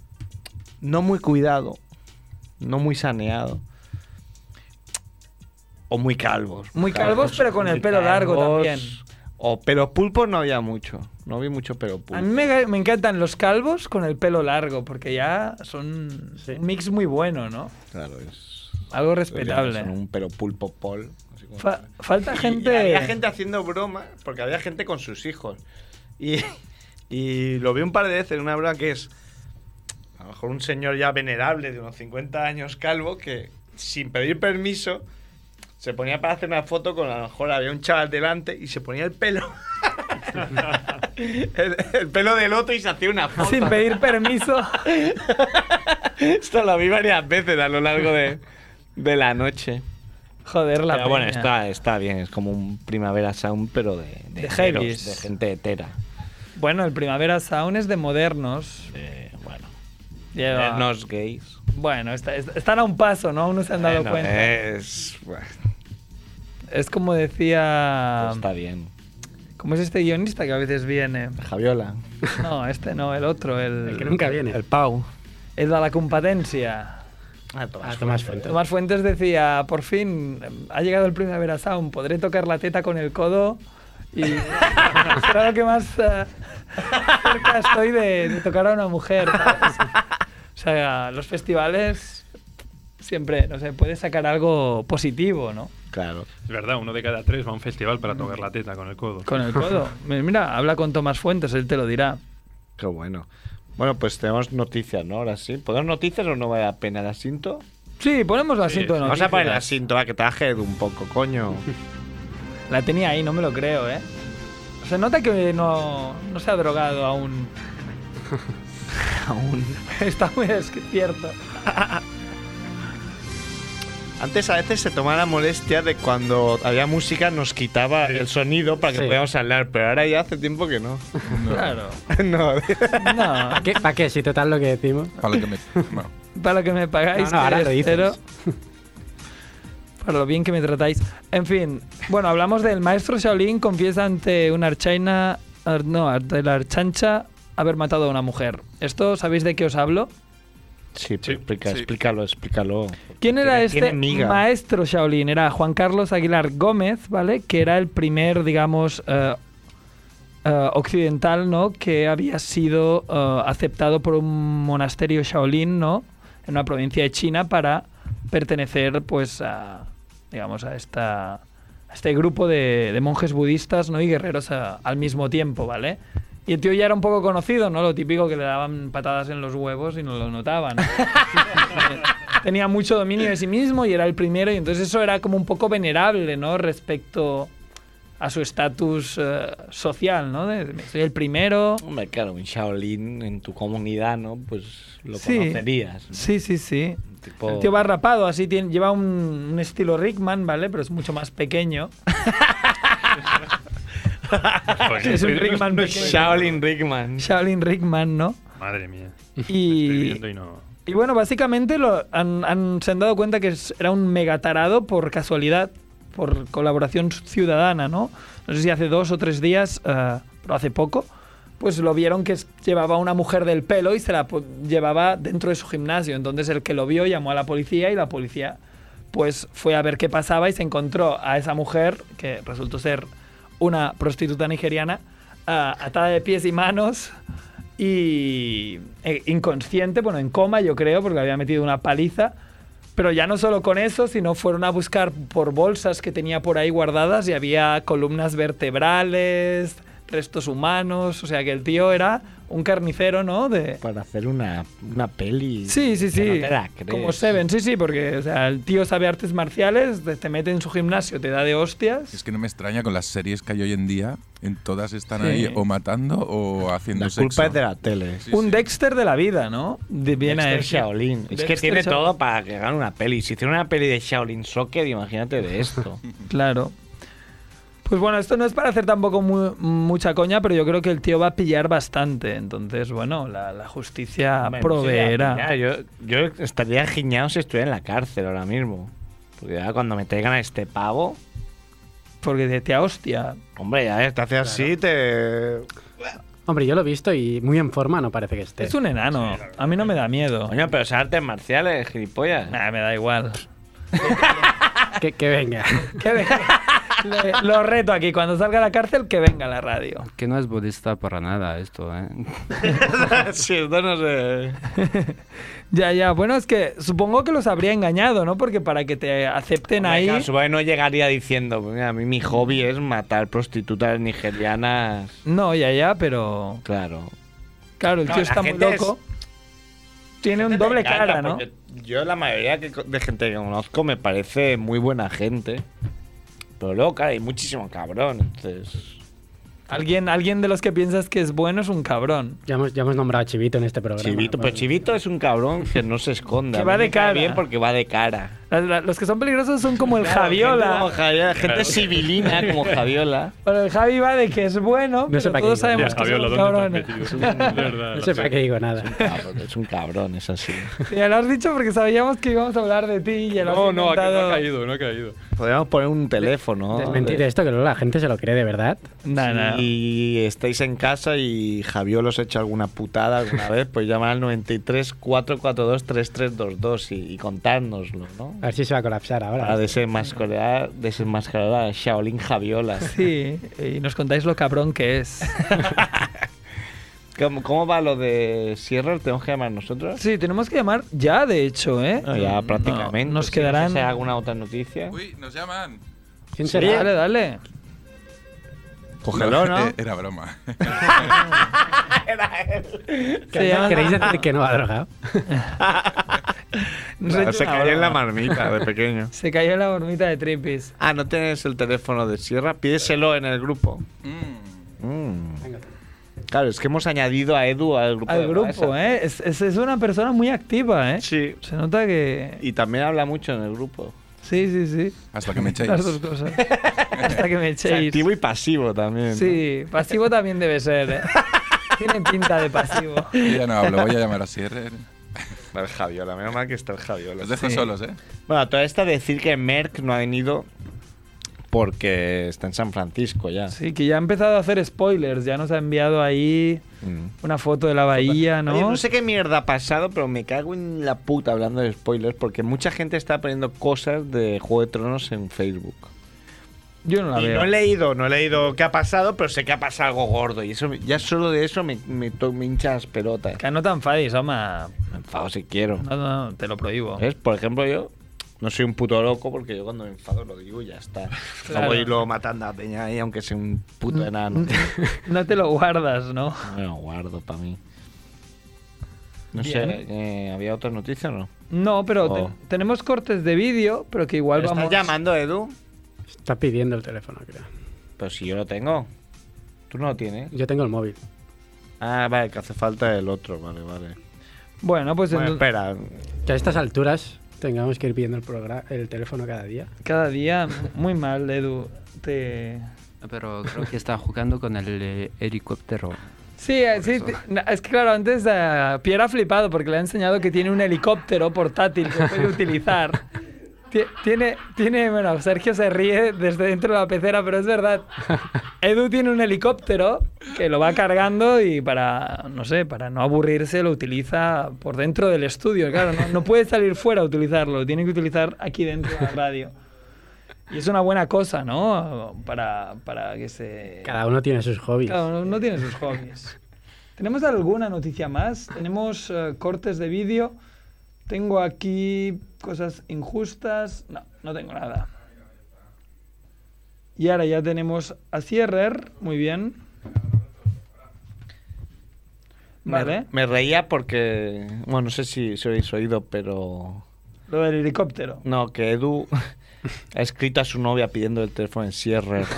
Speaker 3: no muy cuidado, no muy saneado. O muy calvos.
Speaker 2: Muy calvos, pero con el
Speaker 3: muy
Speaker 2: pelo largo
Speaker 3: calvos.
Speaker 2: también.
Speaker 3: O pero pulpos no había mucho. No vi mucho pelo
Speaker 2: A
Speaker 3: pulpo.
Speaker 2: mí me, me encantan los calvos con el pelo largo, porque ya son un mix muy bueno, ¿no?
Speaker 3: Claro, es.
Speaker 2: Algo respetable.
Speaker 3: Son un pelo pulpo pol. así como-
Speaker 2: Fa- falta
Speaker 3: Y
Speaker 2: gente.
Speaker 3: había gente haciendo broma, porque había gente con sus hijos. Y, y lo vi un par de veces en una broma que es a lo mejor un señor ya venerable de unos 50 años calvo que sin pedir permiso se ponía para hacer una foto con a lo mejor había un chaval delante y se ponía el pelo. el, el pelo del otro y se hacía una foto.
Speaker 2: Sin pedir permiso.
Speaker 3: Esto lo vi varias veces a lo largo de, de la noche.
Speaker 2: Joder, la
Speaker 3: Pero bueno,
Speaker 2: peña.
Speaker 3: está, está bien, es como un primavera sound, pero de,
Speaker 2: De
Speaker 3: heteros,
Speaker 2: heavies.
Speaker 3: de gente hetera.
Speaker 2: Bueno, el Primavera Sound es de modernos.
Speaker 3: Eh, bueno,
Speaker 2: Lleva-
Speaker 3: nos gays.
Speaker 2: Bueno, está- está- están a un paso, ¿no? Aún no se han dado
Speaker 3: Bueno,
Speaker 2: cuenta.
Speaker 3: Es, bueno,
Speaker 2: Es como decía.
Speaker 3: está bien.
Speaker 2: ¿Cómo es este guionista que a veces viene?
Speaker 3: Javiola.
Speaker 2: No, este no, el otro, el.
Speaker 4: El que nunca viene.
Speaker 3: Pau.
Speaker 2: el de la competencia.
Speaker 3: Ah, Tomás.
Speaker 4: Tomás Fuentes.
Speaker 2: Tomás Fuentes decía, por fin, ha llegado el Primavera Sound, podré tocar la teta con el codo. Y será lo que más eh, cerca estoy de, de tocar a una mujer. ¿sabes? O sea, los festivales siempre, no sé, puedes sacar algo positivo, ¿no?
Speaker 3: Claro.
Speaker 8: Es verdad, uno de cada tres va a un festival para tocar la teta con el codo.
Speaker 2: Con el codo. Mira, habla con Tomás Fuentes, él te lo dirá.
Speaker 3: Qué bueno. Bueno, pues tenemos noticias, ¿no? Ahora sí. ¿Podemos noticias o no vale la pena el asinto?
Speaker 2: Sí, ponemos la
Speaker 8: Sí,
Speaker 2: cinta de
Speaker 3: Vamos a poner el
Speaker 2: noticias.
Speaker 3: asinto, va, que te baje un poco, coño.
Speaker 2: La tenía ahí, no me lo creo, ¿eh? Se nota que no, no se ha drogado aún.
Speaker 3: Aún.
Speaker 2: Está muy despierto.
Speaker 3: Antes a veces se tomaba la molestia de cuando había música nos quitaba el sonido para que
Speaker 4: Sí.
Speaker 3: podíamos hablar, pero ahora ya hace tiempo que no.
Speaker 2: Claro.
Speaker 3: no.
Speaker 2: No,
Speaker 4: ¿Para qué? ¿Para qué? Si total lo que decimos.
Speaker 5: Para lo que me. bueno,
Speaker 2: para lo que me pagáis,
Speaker 4: No, no, ahora
Speaker 2: que
Speaker 4: lo
Speaker 2: es
Speaker 4: dices.
Speaker 2: cero. Para lo bien que me tratáis. En fin, bueno, hablamos del maestro Shaolin confiesa ante una archaina. ar- No, ante la archancha haber matado a una mujer. ¿Esto sabéis de qué os hablo?
Speaker 3: Sí,
Speaker 8: Sí,
Speaker 3: pero explica-
Speaker 5: sí.
Speaker 3: explícalo, explícalo.
Speaker 2: ¿Quién era
Speaker 3: Tiene-
Speaker 2: este
Speaker 3: tiene miga.
Speaker 2: maestro Shaolin? Era Juan Carlos Aguilar Gómez, ¿vale? Que era el primer, digamos, eh, eh, occidental, ¿no? Que había sido eh, aceptado por un monasterio Shaolin, ¿no? En una provincia de China para pertenecer, pues, a, digamos, a esta a este grupo de, de monjes budistas, ¿no? Y guerreros a- al mismo tiempo, ¿vale? Y el tío ya era un poco conocido, ¿no? Lo típico que le daban patadas en los huevos y no lo notaban. tenía mucho dominio de sí mismo y era el primero y entonces eso era como un poco venerable, ¿no? Respecto a su estatus eh, social, ¿no? De- de- soy el primero.
Speaker 3: Hombre, claro, un Shaolin en tu comunidad, ¿no? Pues lo
Speaker 2: Sí.
Speaker 3: conocerías. ¿no?
Speaker 2: Sí, sí, sí.
Speaker 3: Tipo-
Speaker 2: El tío va rapado, así tiene- lleva un, un estilo Rickman, ¿vale? Pero es mucho más pequeño.
Speaker 8: Pues,
Speaker 2: Es un
Speaker 8: no-
Speaker 2: Rickman
Speaker 8: no-
Speaker 2: pequeño.
Speaker 3: Shaolin Rickman.
Speaker 2: Shaolin Rickman, ¿no?
Speaker 8: Madre mía. Estoy
Speaker 2: Y,
Speaker 8: viendo y no.
Speaker 2: Y bueno, básicamente lo, han, han- se han dado cuenta que es- era un megatarado por casualidad, por colaboración ciudadana, ¿no? No sé si hace dos o tres días, eh, pero hace poco, pues lo vieron que es- llevaba una mujer del pelo y se la po- llevaba dentro de su gimnasio. Entonces el que lo vio llamó a la policía y la policía pues fue a ver qué pasaba y se encontró a esa mujer, que resultó ser una prostituta nigeriana, ah, atada de pies y manos y eh, inconsciente, bueno, en coma yo creo, porque le había metido una paliza. Pero ya no solo con eso, sino fueron a buscar por bolsas que tenía por ahí guardadas y había columnas vertebrales, restos humanos, o sea que el tío era un carnicero, ¿no? De,
Speaker 3: Para hacer una, una peli.
Speaker 2: Sí, sí,
Speaker 3: que
Speaker 2: sí.
Speaker 3: no te la crees.
Speaker 2: Como Seven, sí, sí, porque o sea, el tío sabe artes marciales, te te mete en su gimnasio, te da de hostias.
Speaker 5: es que no me extraña con las series que hay hoy en día. En todas están
Speaker 2: Sí.
Speaker 5: ahí o matando o haciendo
Speaker 3: La
Speaker 5: sexo.
Speaker 3: culpa es de la tele.
Speaker 5: Sí,
Speaker 2: un
Speaker 5: sí.
Speaker 2: Dexter de la vida, ¿no? De, viene a
Speaker 3: Dexter
Speaker 2: decir.
Speaker 3: Shaolin. Es que
Speaker 2: Dexter
Speaker 3: tiene
Speaker 2: Shaolin.
Speaker 3: todo para que hagan una peli. Si hiciera una peli de Shaolin Soccer, imagínate de esto.
Speaker 2: Claro. Pues bueno, esto no es para hacer tampoco mu- mucha coña, pero yo creo que el tío va a pillar bastante. Entonces, bueno, la, la justicia
Speaker 3: Hombre, no sé, ya,
Speaker 2: proveerá.
Speaker 3: Yo, yo estaría giñado si estuviera en la cárcel ahora mismo. Porque ya cuando me traigan a este pavo,
Speaker 2: Porque de tía hostia.
Speaker 3: hombre, ya te hace así, te.
Speaker 4: Hombre, yo lo he visto y muy en forma no parece que esté.
Speaker 2: Es un enano. A mí no me da miedo.
Speaker 3: Coño, pero es artes marciales, gilipollas.
Speaker 2: Nah, me da igual.
Speaker 4: Que, que venga.
Speaker 2: Que venga. Le- lo reto aquí. Cuando salga a la cárcel, que venga a la radio.
Speaker 7: Que no es budista para nada esto, ¿eh?
Speaker 3: sí, esto no sé.
Speaker 2: Ya, ya. Bueno, es que supongo que los habría engañado, ¿no? Porque para que te acepten
Speaker 3: Hombre,
Speaker 2: ahí.
Speaker 3: claro, supongo que no llegaría diciendo, "Pues mira, a mí mi hobby es matar prostitutas nigerianas.
Speaker 2: No, ya, ya, pero.
Speaker 3: Claro.
Speaker 2: Claro, el
Speaker 3: Claro,
Speaker 2: tío
Speaker 3: la
Speaker 2: está muy
Speaker 3: gente es-
Speaker 2: loco. Tiene un doble cara, ¿no?
Speaker 3: Porque Yo la mayoría que co- de gente que conozco me parece muy buena gente. Pero luego, claro, hay muchísimo cabrón, entonces...
Speaker 2: Alguien, alguien de los que piensas que es bueno es un cabrón.
Speaker 4: Ya hemos, ya hemos nombrado a Chivito en este programa.
Speaker 3: pues Chivito, pero Chivito es un cabrón que no se esconda.
Speaker 2: Que va de cara.
Speaker 3: Bien porque va de cara.
Speaker 2: Las- la- los que son peligrosos son como el
Speaker 3: Gente como
Speaker 2: Javiola.
Speaker 3: Javiola, gente civilina como Javiola.
Speaker 2: Bueno, el Javi va de que es bueno,
Speaker 4: No sé
Speaker 2: pero
Speaker 4: para
Speaker 2: todos
Speaker 4: qué digo.
Speaker 8: Ya,
Speaker 2: sabemos que es
Speaker 8: Javiola,
Speaker 2: un
Speaker 8: ¿dónde
Speaker 2: cabrón. ¿eh?
Speaker 8: te has metido? De verdad,
Speaker 4: No
Speaker 8: la
Speaker 4: sé para qué digo nada.
Speaker 3: Cabrón, Ah, Es un cabrón, es así.
Speaker 2: Ya lo has dicho porque sabíamos que íbamos a hablar de ti y ya lo has
Speaker 8: No, no, aquí no
Speaker 2: intentado.
Speaker 8: ha caído, no ha caído.
Speaker 3: Podríamos poner un teléfono.
Speaker 4: Desmentir esto, que luego la gente se lo cree de verdad.
Speaker 2: Nah, nah.
Speaker 3: Y estáis en casa y Javiola os ha hecho alguna putada alguna vez, pues llamad al 93 442 3322 y, y contárnoslo, ¿no?
Speaker 4: A ver si se va a colapsar
Speaker 3: Para
Speaker 4: ahora.
Speaker 3: desenmascarar, desenmascarar a Shaolin Javiola.
Speaker 2: Sí, y nos contáis lo cabrón que es.
Speaker 3: ¿Cómo, cómo va lo de Sierra? ¿Lo ¿Tenemos que llamar nosotros?
Speaker 2: Sí, tenemos que llamar ya, de hecho, ¿eh?
Speaker 3: No, Ah, ya prácticamente.
Speaker 2: No, nos
Speaker 3: Sí, no sé
Speaker 2: quedarán.
Speaker 3: si hay alguna otra noticia?
Speaker 5: Uy, nos llaman.
Speaker 4: ¿Quién
Speaker 2: Dale,
Speaker 4: será?
Speaker 2: dale.
Speaker 3: Cógelo, ¿no?
Speaker 5: eh, Era broma.
Speaker 2: Se llama-
Speaker 4: ¿Queréis decir que no ha drogado?
Speaker 2: Nos
Speaker 3: eh,
Speaker 2: ha hecho una broma.
Speaker 3: marmita de pequeño.
Speaker 2: Se cayó en la hormita de Tripis.
Speaker 3: Ah, ¿no tienes el teléfono de Sierra? Pídeselo en el grupo.
Speaker 5: Mm,
Speaker 3: Claro, es que hemos añadido a Edu al grupo.
Speaker 2: Al
Speaker 3: de
Speaker 2: grupo,
Speaker 3: WhatsApp.
Speaker 2: ¿eh? Es, es- es una persona muy activa, ¿eh?
Speaker 3: Sí.
Speaker 2: Se nota que.
Speaker 3: Y también habla mucho en el grupo.
Speaker 2: Sí, sí, sí.
Speaker 5: Hasta que me echéis.
Speaker 2: Las dos cosas. Hasta que me
Speaker 3: Es
Speaker 2: echéis.
Speaker 3: activo y pasivo también.
Speaker 2: Sí, pasivo también debe ser, ¿eh? Tiene pinta de pasivo.
Speaker 5: Yo ya no hablo, voy a llamar a Sierra.
Speaker 3: ¿no? El Javiola, menos mal que está el Javiola.
Speaker 5: Los dejo solos, ¿eh?
Speaker 3: Bueno, todo esto decir que Merck no ha venido porque está en San Francisco ya.
Speaker 2: Sí, que ya ha empezado a hacer spoilers. Ya nos ha enviado ahí
Speaker 3: Mm.
Speaker 2: una foto de la bahía, ¿no?
Speaker 3: Oye, no sé qué mierda ha pasado, pero me cago en la puta hablando de spoilers porque mucha gente está poniendo cosas de Juego de Tronos en Facebook.
Speaker 2: Yo no la
Speaker 3: Y
Speaker 2: veo.
Speaker 3: no he leído, no he leído qué ha pasado, pero sé que ha pasado algo gordo. Y eso me- ya solo de eso me, me, to- me hincha las pelotas.
Speaker 2: Que no te enfades, ama.
Speaker 3: Me enfado si quiero.
Speaker 2: No, no, te lo prohíbo.
Speaker 3: ¿Ves? Por ejemplo, yo no soy un puto loco porque yo cuando me enfado lo digo y ya está.
Speaker 2: Claro. Mm.
Speaker 3: No voy luego matando a Peña ahí, aunque sea un puto enano.
Speaker 2: No te lo guardas, ¿no?
Speaker 3: no me lo guardo para mí. No
Speaker 2: Bien.
Speaker 3: sé, eh, ¿había otra noticia o no?
Speaker 2: No, pero te-
Speaker 3: Oh.
Speaker 2: tenemos cortes de vídeo, pero que igual
Speaker 3: ¿Estás
Speaker 2: vamos.
Speaker 3: llamando, Edu?
Speaker 4: Está pidiendo el teléfono, creo.
Speaker 3: Pero si yo lo tengo. Tú no lo tienes.
Speaker 4: Yo tengo el móvil.
Speaker 3: Ah, vale, que hace falta el otro. Vale, vale.
Speaker 2: Bueno, pues
Speaker 3: Bueno,
Speaker 2: entonces-
Speaker 3: espera.
Speaker 4: Que a estas alturas tengamos que ir pidiendo el, progra- el teléfono cada día.
Speaker 2: cada día muy mal, Edu. Te...
Speaker 7: Pero creo que está jugando con el eh, helicóptero.
Speaker 2: Sí, eh, sí, te- na- es que claro, antes eh, Pierre ha flipado porque le ha enseñado que tiene un helicóptero portátil que puede utilizar. Ti- Tiene, tiene, bueno, Sergio se ríe desde dentro de la pecera, pero es verdad. Edu tiene un helicóptero que lo va cargando y para, no sé, para no aburrirse lo utiliza por dentro del estudio. Claro, no, no puede salir fuera a utilizarlo, lo tiene que utilizar aquí dentro de la radio. Y es una buena cosa, ¿no? Para, para que se...
Speaker 4: Cada uno tiene sus hobbies.
Speaker 2: Claro, no, no tiene sus hobbies. ¿Tenemos alguna noticia más? Tenemos eh, cortes de vídeo. Tengo aquí cosas injustas. No, no tengo nada. Y ahora ya tenemos a Sierrer. Muy bien. Vale.
Speaker 3: Me reía porque. Bueno, no sé si, si habéis oído, pero.
Speaker 2: Lo del helicóptero.
Speaker 3: No, que Edu ha escrito a su novia pidiendo el teléfono en cierre.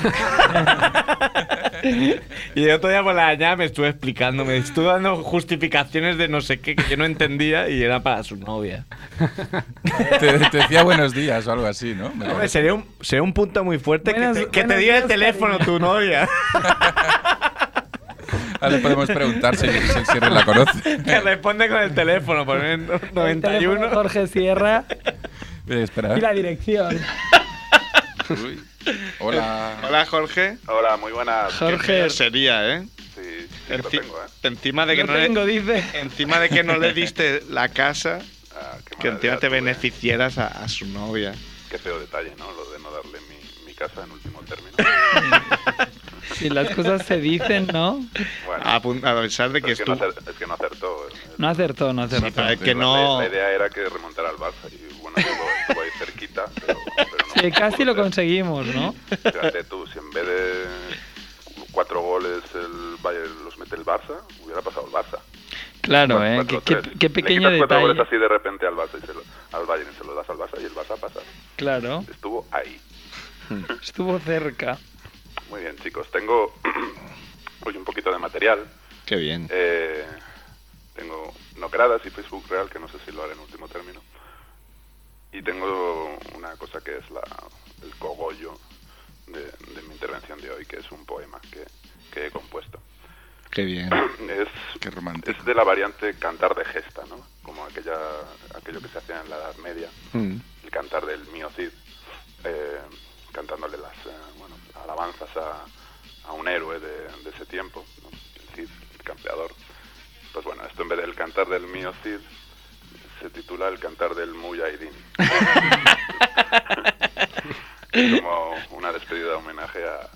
Speaker 3: y el otro día por la mañana me estuve explicando, me estuve dando justificaciones de no sé qué que yo no entendía y era para su novia.
Speaker 5: Te, te decía buenos días o algo así, ¿no? Me
Speaker 3: Hombre,
Speaker 5: parece.
Speaker 3: sería un, sería un punto muy fuerte
Speaker 2: Buenos-
Speaker 3: que te, que te
Speaker 2: buenos
Speaker 3: diera el
Speaker 2: días,
Speaker 3: teléfono
Speaker 2: cariño.
Speaker 3: tu novia.
Speaker 5: Ahora Ah, le podemos preguntar si, si el Sierra la conoce.
Speaker 3: que responde con el teléfono, por el
Speaker 2: El teléfono de
Speaker 3: 91.
Speaker 2: Jorge Sierra
Speaker 5: Eh, espera.
Speaker 2: y la dirección.
Speaker 5: Uy. Hola.
Speaker 3: Hola, Jorge.
Speaker 9: Hola, muy buenas.
Speaker 2: Jorge,
Speaker 3: Sería, ¿eh?
Speaker 9: Sí, sí que lo
Speaker 3: Enti-
Speaker 9: tengo, ¿eh?
Speaker 3: Encima de que
Speaker 2: lo
Speaker 3: no,
Speaker 2: tengo,
Speaker 3: le,
Speaker 2: dice.
Speaker 3: encima de que no le diste la casa,
Speaker 9: Ah, qué
Speaker 3: que
Speaker 9: mala
Speaker 3: encima
Speaker 9: idea
Speaker 3: te
Speaker 9: tuve.
Speaker 3: beneficiaras a, a su novia.
Speaker 9: Qué feo detalle, ¿no? Lo de no darle mi, mi casa en último término.
Speaker 2: Si las cosas se dicen, ¿no?
Speaker 9: Bueno,
Speaker 3: A, pun- a pesar de
Speaker 9: pero es,
Speaker 3: pues que
Speaker 9: que no
Speaker 3: estuvo.
Speaker 9: acer- es que no acertó. ¿eh?
Speaker 2: No acertó, no acertó.
Speaker 3: Sí, pero es
Speaker 9: La-
Speaker 3: que no.
Speaker 9: La idea era que remontara al Barça y bueno, estuvo, estuvo ahí cerquita, pero, pero no.
Speaker 2: Sí, casi lo conseguimos, ¿no?
Speaker 9: Fíjate tú, si en vez de cuatro goles el Bayern los mete el Barça, hubiera pasado el Barça.
Speaker 2: Claro,
Speaker 9: Cuatro-
Speaker 2: ¿eh?
Speaker 9: cuatro,
Speaker 2: qué, qué-
Speaker 9: tres.
Speaker 2: qué
Speaker 9: Le
Speaker 2: pequeño
Speaker 9: quitas cuatro
Speaker 2: detalle.
Speaker 9: goles así de repente al Barça y se lo, al Bayern y se lo das al Barça y el Barça pasa.
Speaker 2: Claro,
Speaker 9: Estuvo ahí.
Speaker 2: estuvo cerca.
Speaker 9: Muy bien, chicos. Tengo hoy un poquito de material.
Speaker 3: Qué bien.
Speaker 9: Eh, tengo Nocradas y Facebook Real, que no sé si lo haré en último término. Y tengo una cosa que es la, el cogollo de, de mi intervención de hoy, que es un poema que, que he compuesto.
Speaker 10: Qué bien.
Speaker 9: Es,
Speaker 5: Qué romántico.
Speaker 9: es de la variante cantar de gesta, ¿no? Como aquella, aquello que se hacía en la Edad Media,
Speaker 10: Mm.
Speaker 9: el cantar del mío Cid, eh, cantándole las eh, bueno, alabanzas a, a un héroe de, de ese tiempo, ¿no? el Cid, el campeador. Pues bueno, esto en vez del cantar del mío Cid, se titula El cantar del Mujahideen. Como una despedida de homenaje a,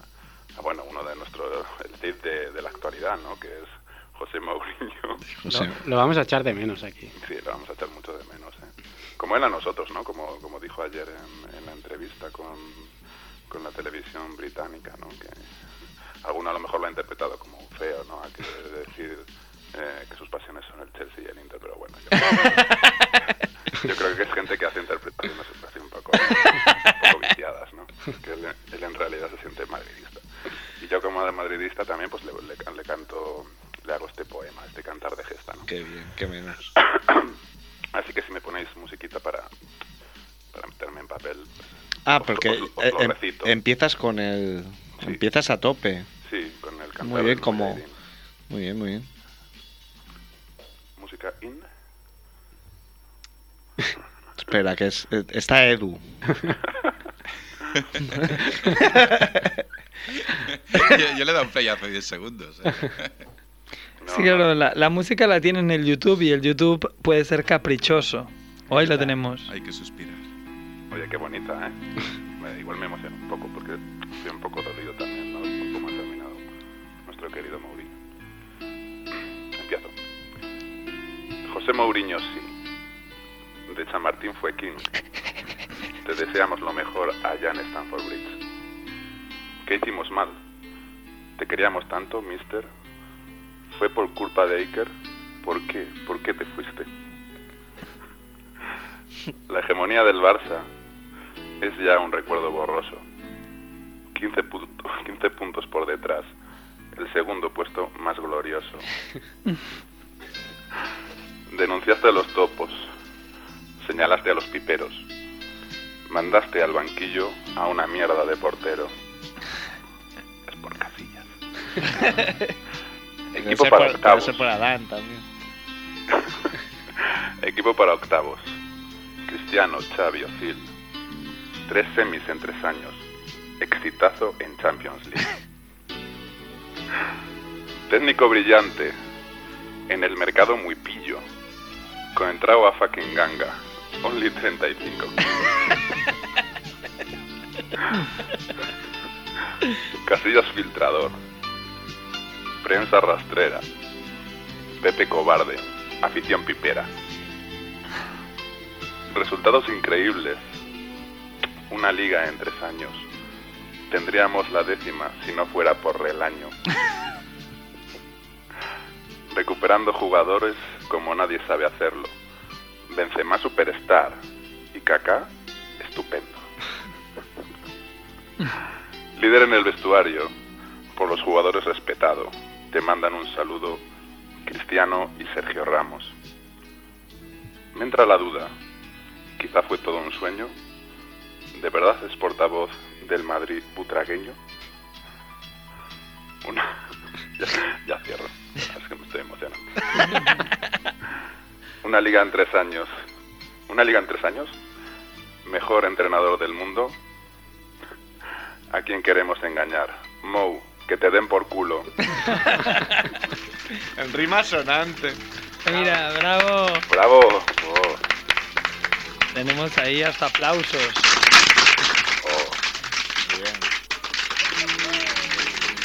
Speaker 9: a, bueno, uno de nuestros, el Cid de, de la actualidad, ¿no? Que es José Mourinho.
Speaker 4: Lo, lo vamos a echar de menos aquí.
Speaker 9: Sí, lo vamos a echar mucho de menos, ¿eh? Como él a nosotros, ¿no? Como, como dijo ayer en, en la entrevista con, con la televisión británica, ¿no? Que alguno a lo mejor lo ha interpretado como un feo, ¿no? A que decir eh, que sus pasiones son el Chelsea y el Inter, pero bueno, yo creo, yo creo que es gente que hace interpretaciones así un poco, un poco viciadas, ¿no? Que él, él en realidad se siente madridista. Y yo como madridista también pues le, le- le canto, le hago este poema, este cantar de gesta, ¿no?
Speaker 10: Qué bien, qué menos.
Speaker 9: Así que si me ponéis musiquita para, para meterme en papel. pues,
Speaker 10: Ah,
Speaker 9: os-
Speaker 10: porque
Speaker 9: os- os
Speaker 10: eh,
Speaker 9: lo
Speaker 10: em-
Speaker 9: recito.
Speaker 10: empiezas con el. Empiezas a tope.
Speaker 9: Sí, con el cantar
Speaker 10: Muy bien,
Speaker 9: del
Speaker 10: como.
Speaker 9: Mujahideen.
Speaker 10: Muy bien, muy bien.
Speaker 9: Música in.
Speaker 10: Espera, que es, eh, está Edu.
Speaker 5: yo, yo le he dado un play hace 10 segundos. ¿eh?
Speaker 2: sí, claro, la, la música la tiene en el YouTube y el YouTube puede ser caprichoso. Hoy lo tenemos.
Speaker 5: Hay que suspirar.
Speaker 9: Oye, qué bonita, ¿eh? Me- Igual me emociono un poco porque estoy un poco dolido también, ¿no? Por cómo ha terminado nuestro querido Mourinho. Empiezo. José Mourinho, sí. De Chamartín fue King. Te deseamos lo mejor allá en Stanford Bridge. ¿Qué hicimos mal? Te queríamos tanto, mister. ¿Fue por culpa de Iker? ¿Por qué? ¿Por qué te fuiste? La hegemonía del Barça es ya un recuerdo borroso. 15, punto- 15 puntos por detrás, el segundo puesto más glorioso. Denunciaste a los topos, señalaste a los piperos, mandaste al banquillo a una mierda de portero. Es por casillas. Equipo
Speaker 10: Debe ser
Speaker 9: para
Speaker 10: por- debe
Speaker 9: octavos.
Speaker 10: ser por Adán también.
Speaker 9: Equipo para octavos. Cristiano, Xavi, Ozil. Tres semis en tres años. Exitazo en Champions League. Técnico brillante. En el mercado muy pillo. Con entrado a fucking ganga. Only 35. Casillas filtrador. Prensa rastrera. Pepe cobarde. Afición pipera. Resultados increíbles. Una liga en tres años. Tendríamos la décima si no fuera por Relaño. Recuperando jugadores como nadie sabe hacerlo. Benzema superstar y Kaká estupendo. Líder en el vestuario, por los jugadores respetado. Te mandan un saludo Cristiano y Sergio Ramos. Me entra la duda. Quizá fue todo un sueño. ¿De verdad es portavoz del Madrid butragueño? Una... ya, ya cierro. Es que me estoy emocionando. Una liga en tres años. ¿Una liga en tres años? Mejor entrenador del mundo. ¿A quién queremos engañar? Mou, que te den por culo.
Speaker 3: En rima sonante.
Speaker 2: Mira, bravo.
Speaker 9: ¡Bravo! Oh.
Speaker 2: Tenemos ahí hasta aplausos.
Speaker 9: Oh.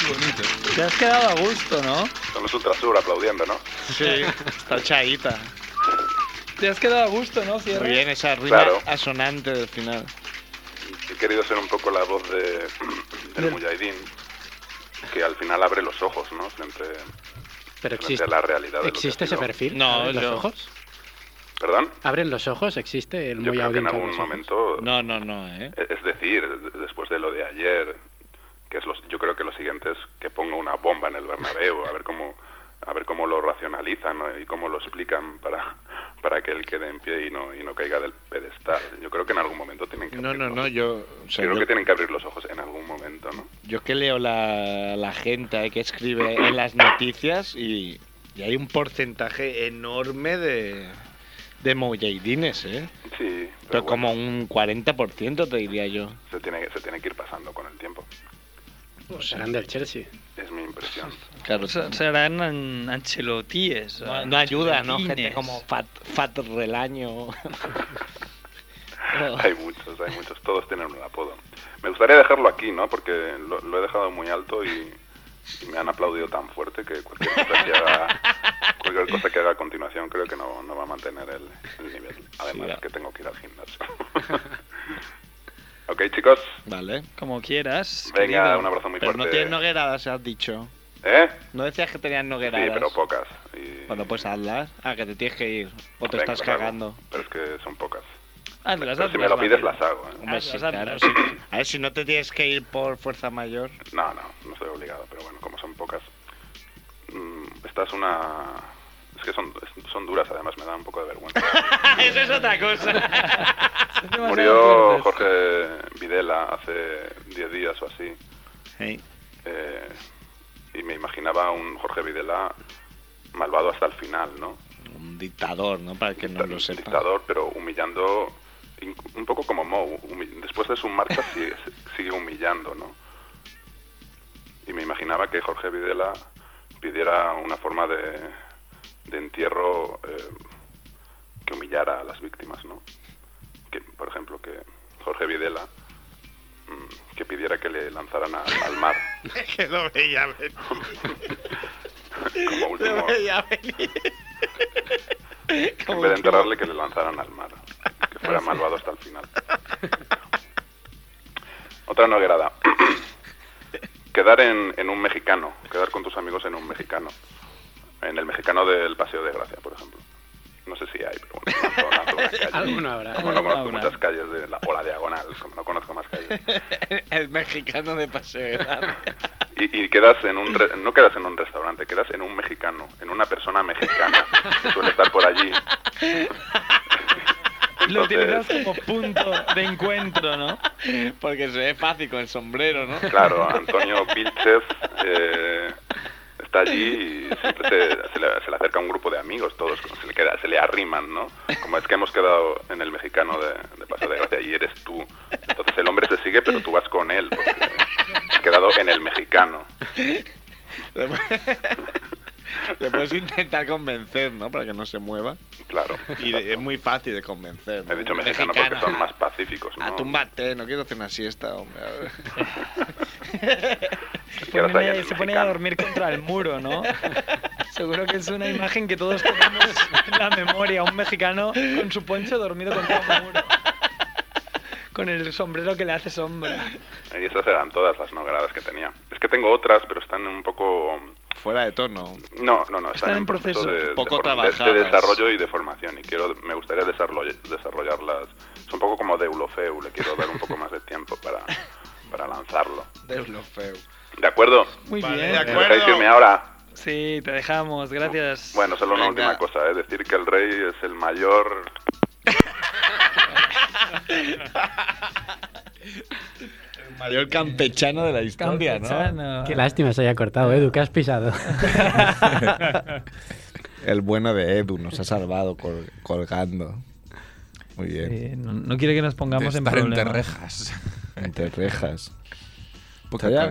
Speaker 5: Bonito.
Speaker 2: Te has quedado a gusto, ¿no?
Speaker 9: Son los Ultrasur aplaudiendo, ¿no?
Speaker 10: Sí, está chaita.
Speaker 2: Te has quedado a gusto, ¿no? Sierra?
Speaker 10: Muy bien, esa rima
Speaker 9: Claro.
Speaker 10: asonante del final.
Speaker 9: He querido ser un poco la voz de, del Mujahideen, que al final abre los ojos, ¿no? Frente,
Speaker 4: Pero
Speaker 9: frente
Speaker 4: existe,
Speaker 9: a la realidad. de lo que
Speaker 4: ¿existe
Speaker 9: ha
Speaker 4: ese
Speaker 9: sido.
Speaker 4: perfil.
Speaker 3: No,
Speaker 4: ¿Abren los
Speaker 3: yo-
Speaker 4: ojos?
Speaker 9: ¿Perdón?
Speaker 4: ¿Abren los ojos? ¿Existe el
Speaker 9: Yo
Speaker 4: muy
Speaker 9: creo que en
Speaker 4: audiente?
Speaker 9: algún momento,
Speaker 10: No, no, no, ¿eh?
Speaker 9: e-, es es decir, después de lo de ayer, que es los, yo creo que lo siguiente es que ponga una bomba en el Bernabéu, a ver cómo a ver cómo lo racionalizan ¿no? y cómo lo explican para, para que él quede en pie y no, y no caiga del pedestal. Yo creo que en algún momento tienen que
Speaker 3: No,
Speaker 9: abrir
Speaker 3: no,
Speaker 9: los
Speaker 3: no,
Speaker 9: ojos.
Speaker 3: yo. o sea,
Speaker 9: creo
Speaker 3: yo-
Speaker 9: que tienen que abrir los ojos en algún momento, ¿no?
Speaker 3: Yo es que leo la, la gente eh, que escribe en las noticias y, y hay un porcentaje enorme de, de mujahidines, ¿eh?
Speaker 9: Sí,
Speaker 3: pero, como un 40% te diría yo.
Speaker 9: Se tiene, se tiene que ir pasando con el tiempo.
Speaker 4: Pues serán del Chelsea.
Speaker 9: Es mi impresión.
Speaker 3: Claro,
Speaker 11: Se- Serán an- ancelotíes.
Speaker 3: no, no ayuda, ¿no? Gente
Speaker 11: ancelotines.
Speaker 3: como Fat, fat Relaño.
Speaker 9: Hay muchos, hay muchos. Todos tienen un apodo. Me gustaría dejarlo aquí, ¿no? Porque lo, lo he dejado muy alto y, y me han aplaudido tan fuerte que cualquier cosa que haga, cualquier cosa que haga a continuación creo que no, no va a mantener el, el nivel. Además que tengo que ir al gimnasio. ok, chicos.
Speaker 3: Vale.
Speaker 11: Como quieras.
Speaker 9: Venga,
Speaker 11: querido.
Speaker 9: un abrazo muy
Speaker 3: Pero no
Speaker 9: fuerte.
Speaker 3: tienes nogueradas, has dicho.
Speaker 9: ¿Eh?
Speaker 3: No decías que tenías nogueradas.
Speaker 9: Sí, pero pocas.
Speaker 3: Bueno, pues hazlas. Ah, que te tienes que ir. O te
Speaker 9: Venga,
Speaker 3: estás
Speaker 9: las hago.
Speaker 3: cagando.
Speaker 9: Pero es que son pocas.
Speaker 11: Hazlas,
Speaker 9: Pero si me
Speaker 3: hazlas,
Speaker 9: lo pides,
Speaker 3: Manuel.
Speaker 9: las hago. ¿eh?
Speaker 3: Hombre, sí, claro, sí. A ver si no te tienes que ir por fuerza mayor.
Speaker 9: No, no, no estoy obligado, pero bueno, como son pocas. mm, Esta es una. Es que son, son duras, además me da un poco de vergüenza.
Speaker 11: Eso es otra cosa.
Speaker 9: Murió
Speaker 3: pues.
Speaker 9: Jorge Videla hace 10 días o así.
Speaker 3: Sí.
Speaker 9: Eh, y me imaginaba un Jorge Videla malvado hasta el final, ¿no?
Speaker 3: Un dictador, ¿no? Para que no lo sepa.
Speaker 9: Dictador, pero humillando, inc- un poco como Mo. humi- Después de su marcha sigue, sigue humillando, ¿no? Y me imaginaba que Jorge Videla pidiera una forma de, de entierro eh, que humillara a las víctimas, ¿no? Que, por ejemplo, que Jorge Videla mm, que pidiera que le lanzaran a- al mar
Speaker 3: que lo veía venir.
Speaker 9: como último, en vez de enterrarle que le lanzaran al mar, que fuera malvado hasta el final. Otra noguerada. Quedar en, en un mexicano, quedar con tus amigos en un mexicano. En el mexicano del Paseo de Gracia, por ejemplo. No sé si hay, pero bueno, es una zona- zona calle.
Speaker 4: Alguno habrá.
Speaker 9: Como no conozco
Speaker 4: Alguno
Speaker 9: muchas calles de la, o la diagonal, como no conozco más calles.
Speaker 3: El mexicano de paseo. de Gracia.
Speaker 9: Y, y quedas en un re- no quedas en un restaurante, quedas en un mexicano, en una persona mexicana que suele estar por allí.
Speaker 11: Lo utilizas
Speaker 9: Entonces-
Speaker 11: como punto de encuentro, ¿no?
Speaker 3: Porque se ve fácil con el sombrero, ¿no?
Speaker 9: Claro, Antonio Vilches eh, está allí y siempre se, se le, se le acerca un grupo de amigos, todos se le, queda, se le arriman, ¿no? Como es que hemos quedado en el mexicano de, de Paso de Gracia y eres tú. Entonces el hombre te sigue, pero tú vas con él, porque has quedado en el mexicano.
Speaker 3: Le pu- Le puedes intentar convencer, ¿no? Para que no se mueva.
Speaker 9: Claro.
Speaker 3: Y de- es muy fácil de convencer.
Speaker 9: He dicho mexicano porque son más pacíficos, ¿no?
Speaker 3: A túmbate, no quiero hacer una siesta, hombre. a ver.
Speaker 9: Y
Speaker 11: Ponen
Speaker 9: quedas ahí en
Speaker 11: ahí-
Speaker 9: el
Speaker 11: se ponen a dormir contra el muro, ¿no? Seguro que es una imagen que todos tenemos en la memoria. Un mexicano con su poncho dormido contra un muro. Con el sombrero que le hace sombra.
Speaker 9: Y esas eran todas las nogradas que tenía. Es que tengo otras, pero están un poco...
Speaker 3: Fuera de tono.
Speaker 9: No, no, no. Están,
Speaker 3: Están en proceso.
Speaker 9: de, de
Speaker 3: Poco
Speaker 9: form- de-
Speaker 3: trabajadas.
Speaker 9: de desarrollo y de formación. Y quiero, me gustaría desarroll- desarrollarlas. Es un poco como de Deulofeu. Le quiero dar un poco más de tiempo para, para lanzarlo.
Speaker 3: De lo feo.
Speaker 9: ¿De acuerdo?
Speaker 11: Muy
Speaker 9: Vale,
Speaker 2: Eh,
Speaker 11: bien.
Speaker 9: ¿me dejáis irme ahora?
Speaker 11: Sí, te dejamos. Gracias.
Speaker 9: Bueno, solo una última cosa. ¿eh? Decir que el rey es el mayor...
Speaker 3: El mayor campechano de la historia, ¿no?
Speaker 4: Qué lástima se haya cortado, Edu, que has pisado.
Speaker 3: El bueno de Edu nos ha salvado col- colgando. Muy bien.
Speaker 2: Sí, no, no quiere que nos pongamos
Speaker 3: De
Speaker 2: en
Speaker 3: estar
Speaker 2: problemas.
Speaker 3: entre rejas. Entre rejas.
Speaker 5: Poca
Speaker 3: Oye,
Speaker 5: ca-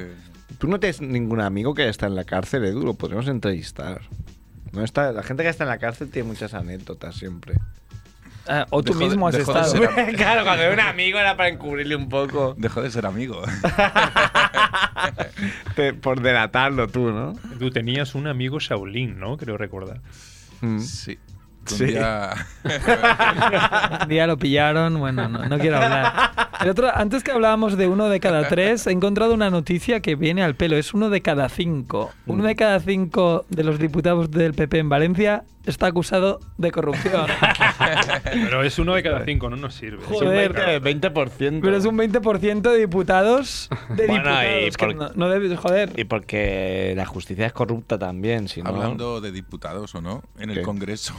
Speaker 3: Tú no tienes ningún amigo que está en la cárcel, Edu, lo podríamos entrevistar. No está, la gente que está en la cárcel tiene muchas anécdotas siempre.
Speaker 2: Ah, o tú
Speaker 5: Dejó de-
Speaker 2: mismo has
Speaker 5: dejó de
Speaker 2: estado.
Speaker 5: ser am-
Speaker 3: claro, cuando era un amigo era para encubrirle un poco.
Speaker 5: Dejó de ser amigo.
Speaker 3: Te- por delatarlo tú, ¿no?
Speaker 8: Tú tenías un amigo Shaolin, ¿no? Creo recordar.
Speaker 5: Sí. Un
Speaker 8: Sí.
Speaker 5: día-
Speaker 2: Un día lo pillaron, bueno, no, no quiero hablar. El otro, antes que hablábamos de uno de cada tres, he encontrado una noticia que viene al pelo. Es uno de cada cinco. Uno de cada cinco de los diputados del PP en Valencia está acusado de corrupción.
Speaker 8: Pero es uno de cada cinco, no nos sirve.
Speaker 2: Joder.
Speaker 8: Es un
Speaker 3: 20%.
Speaker 2: Pero es un 20% de diputados. De
Speaker 3: Bueno,
Speaker 2: diputados,
Speaker 3: y
Speaker 2: que
Speaker 3: por-
Speaker 2: no, no debes joder.
Speaker 3: Y porque la justicia es corrupta también, si no.
Speaker 5: Hablando de diputados o no, en el
Speaker 3: ¿Qué?
Speaker 5: Congreso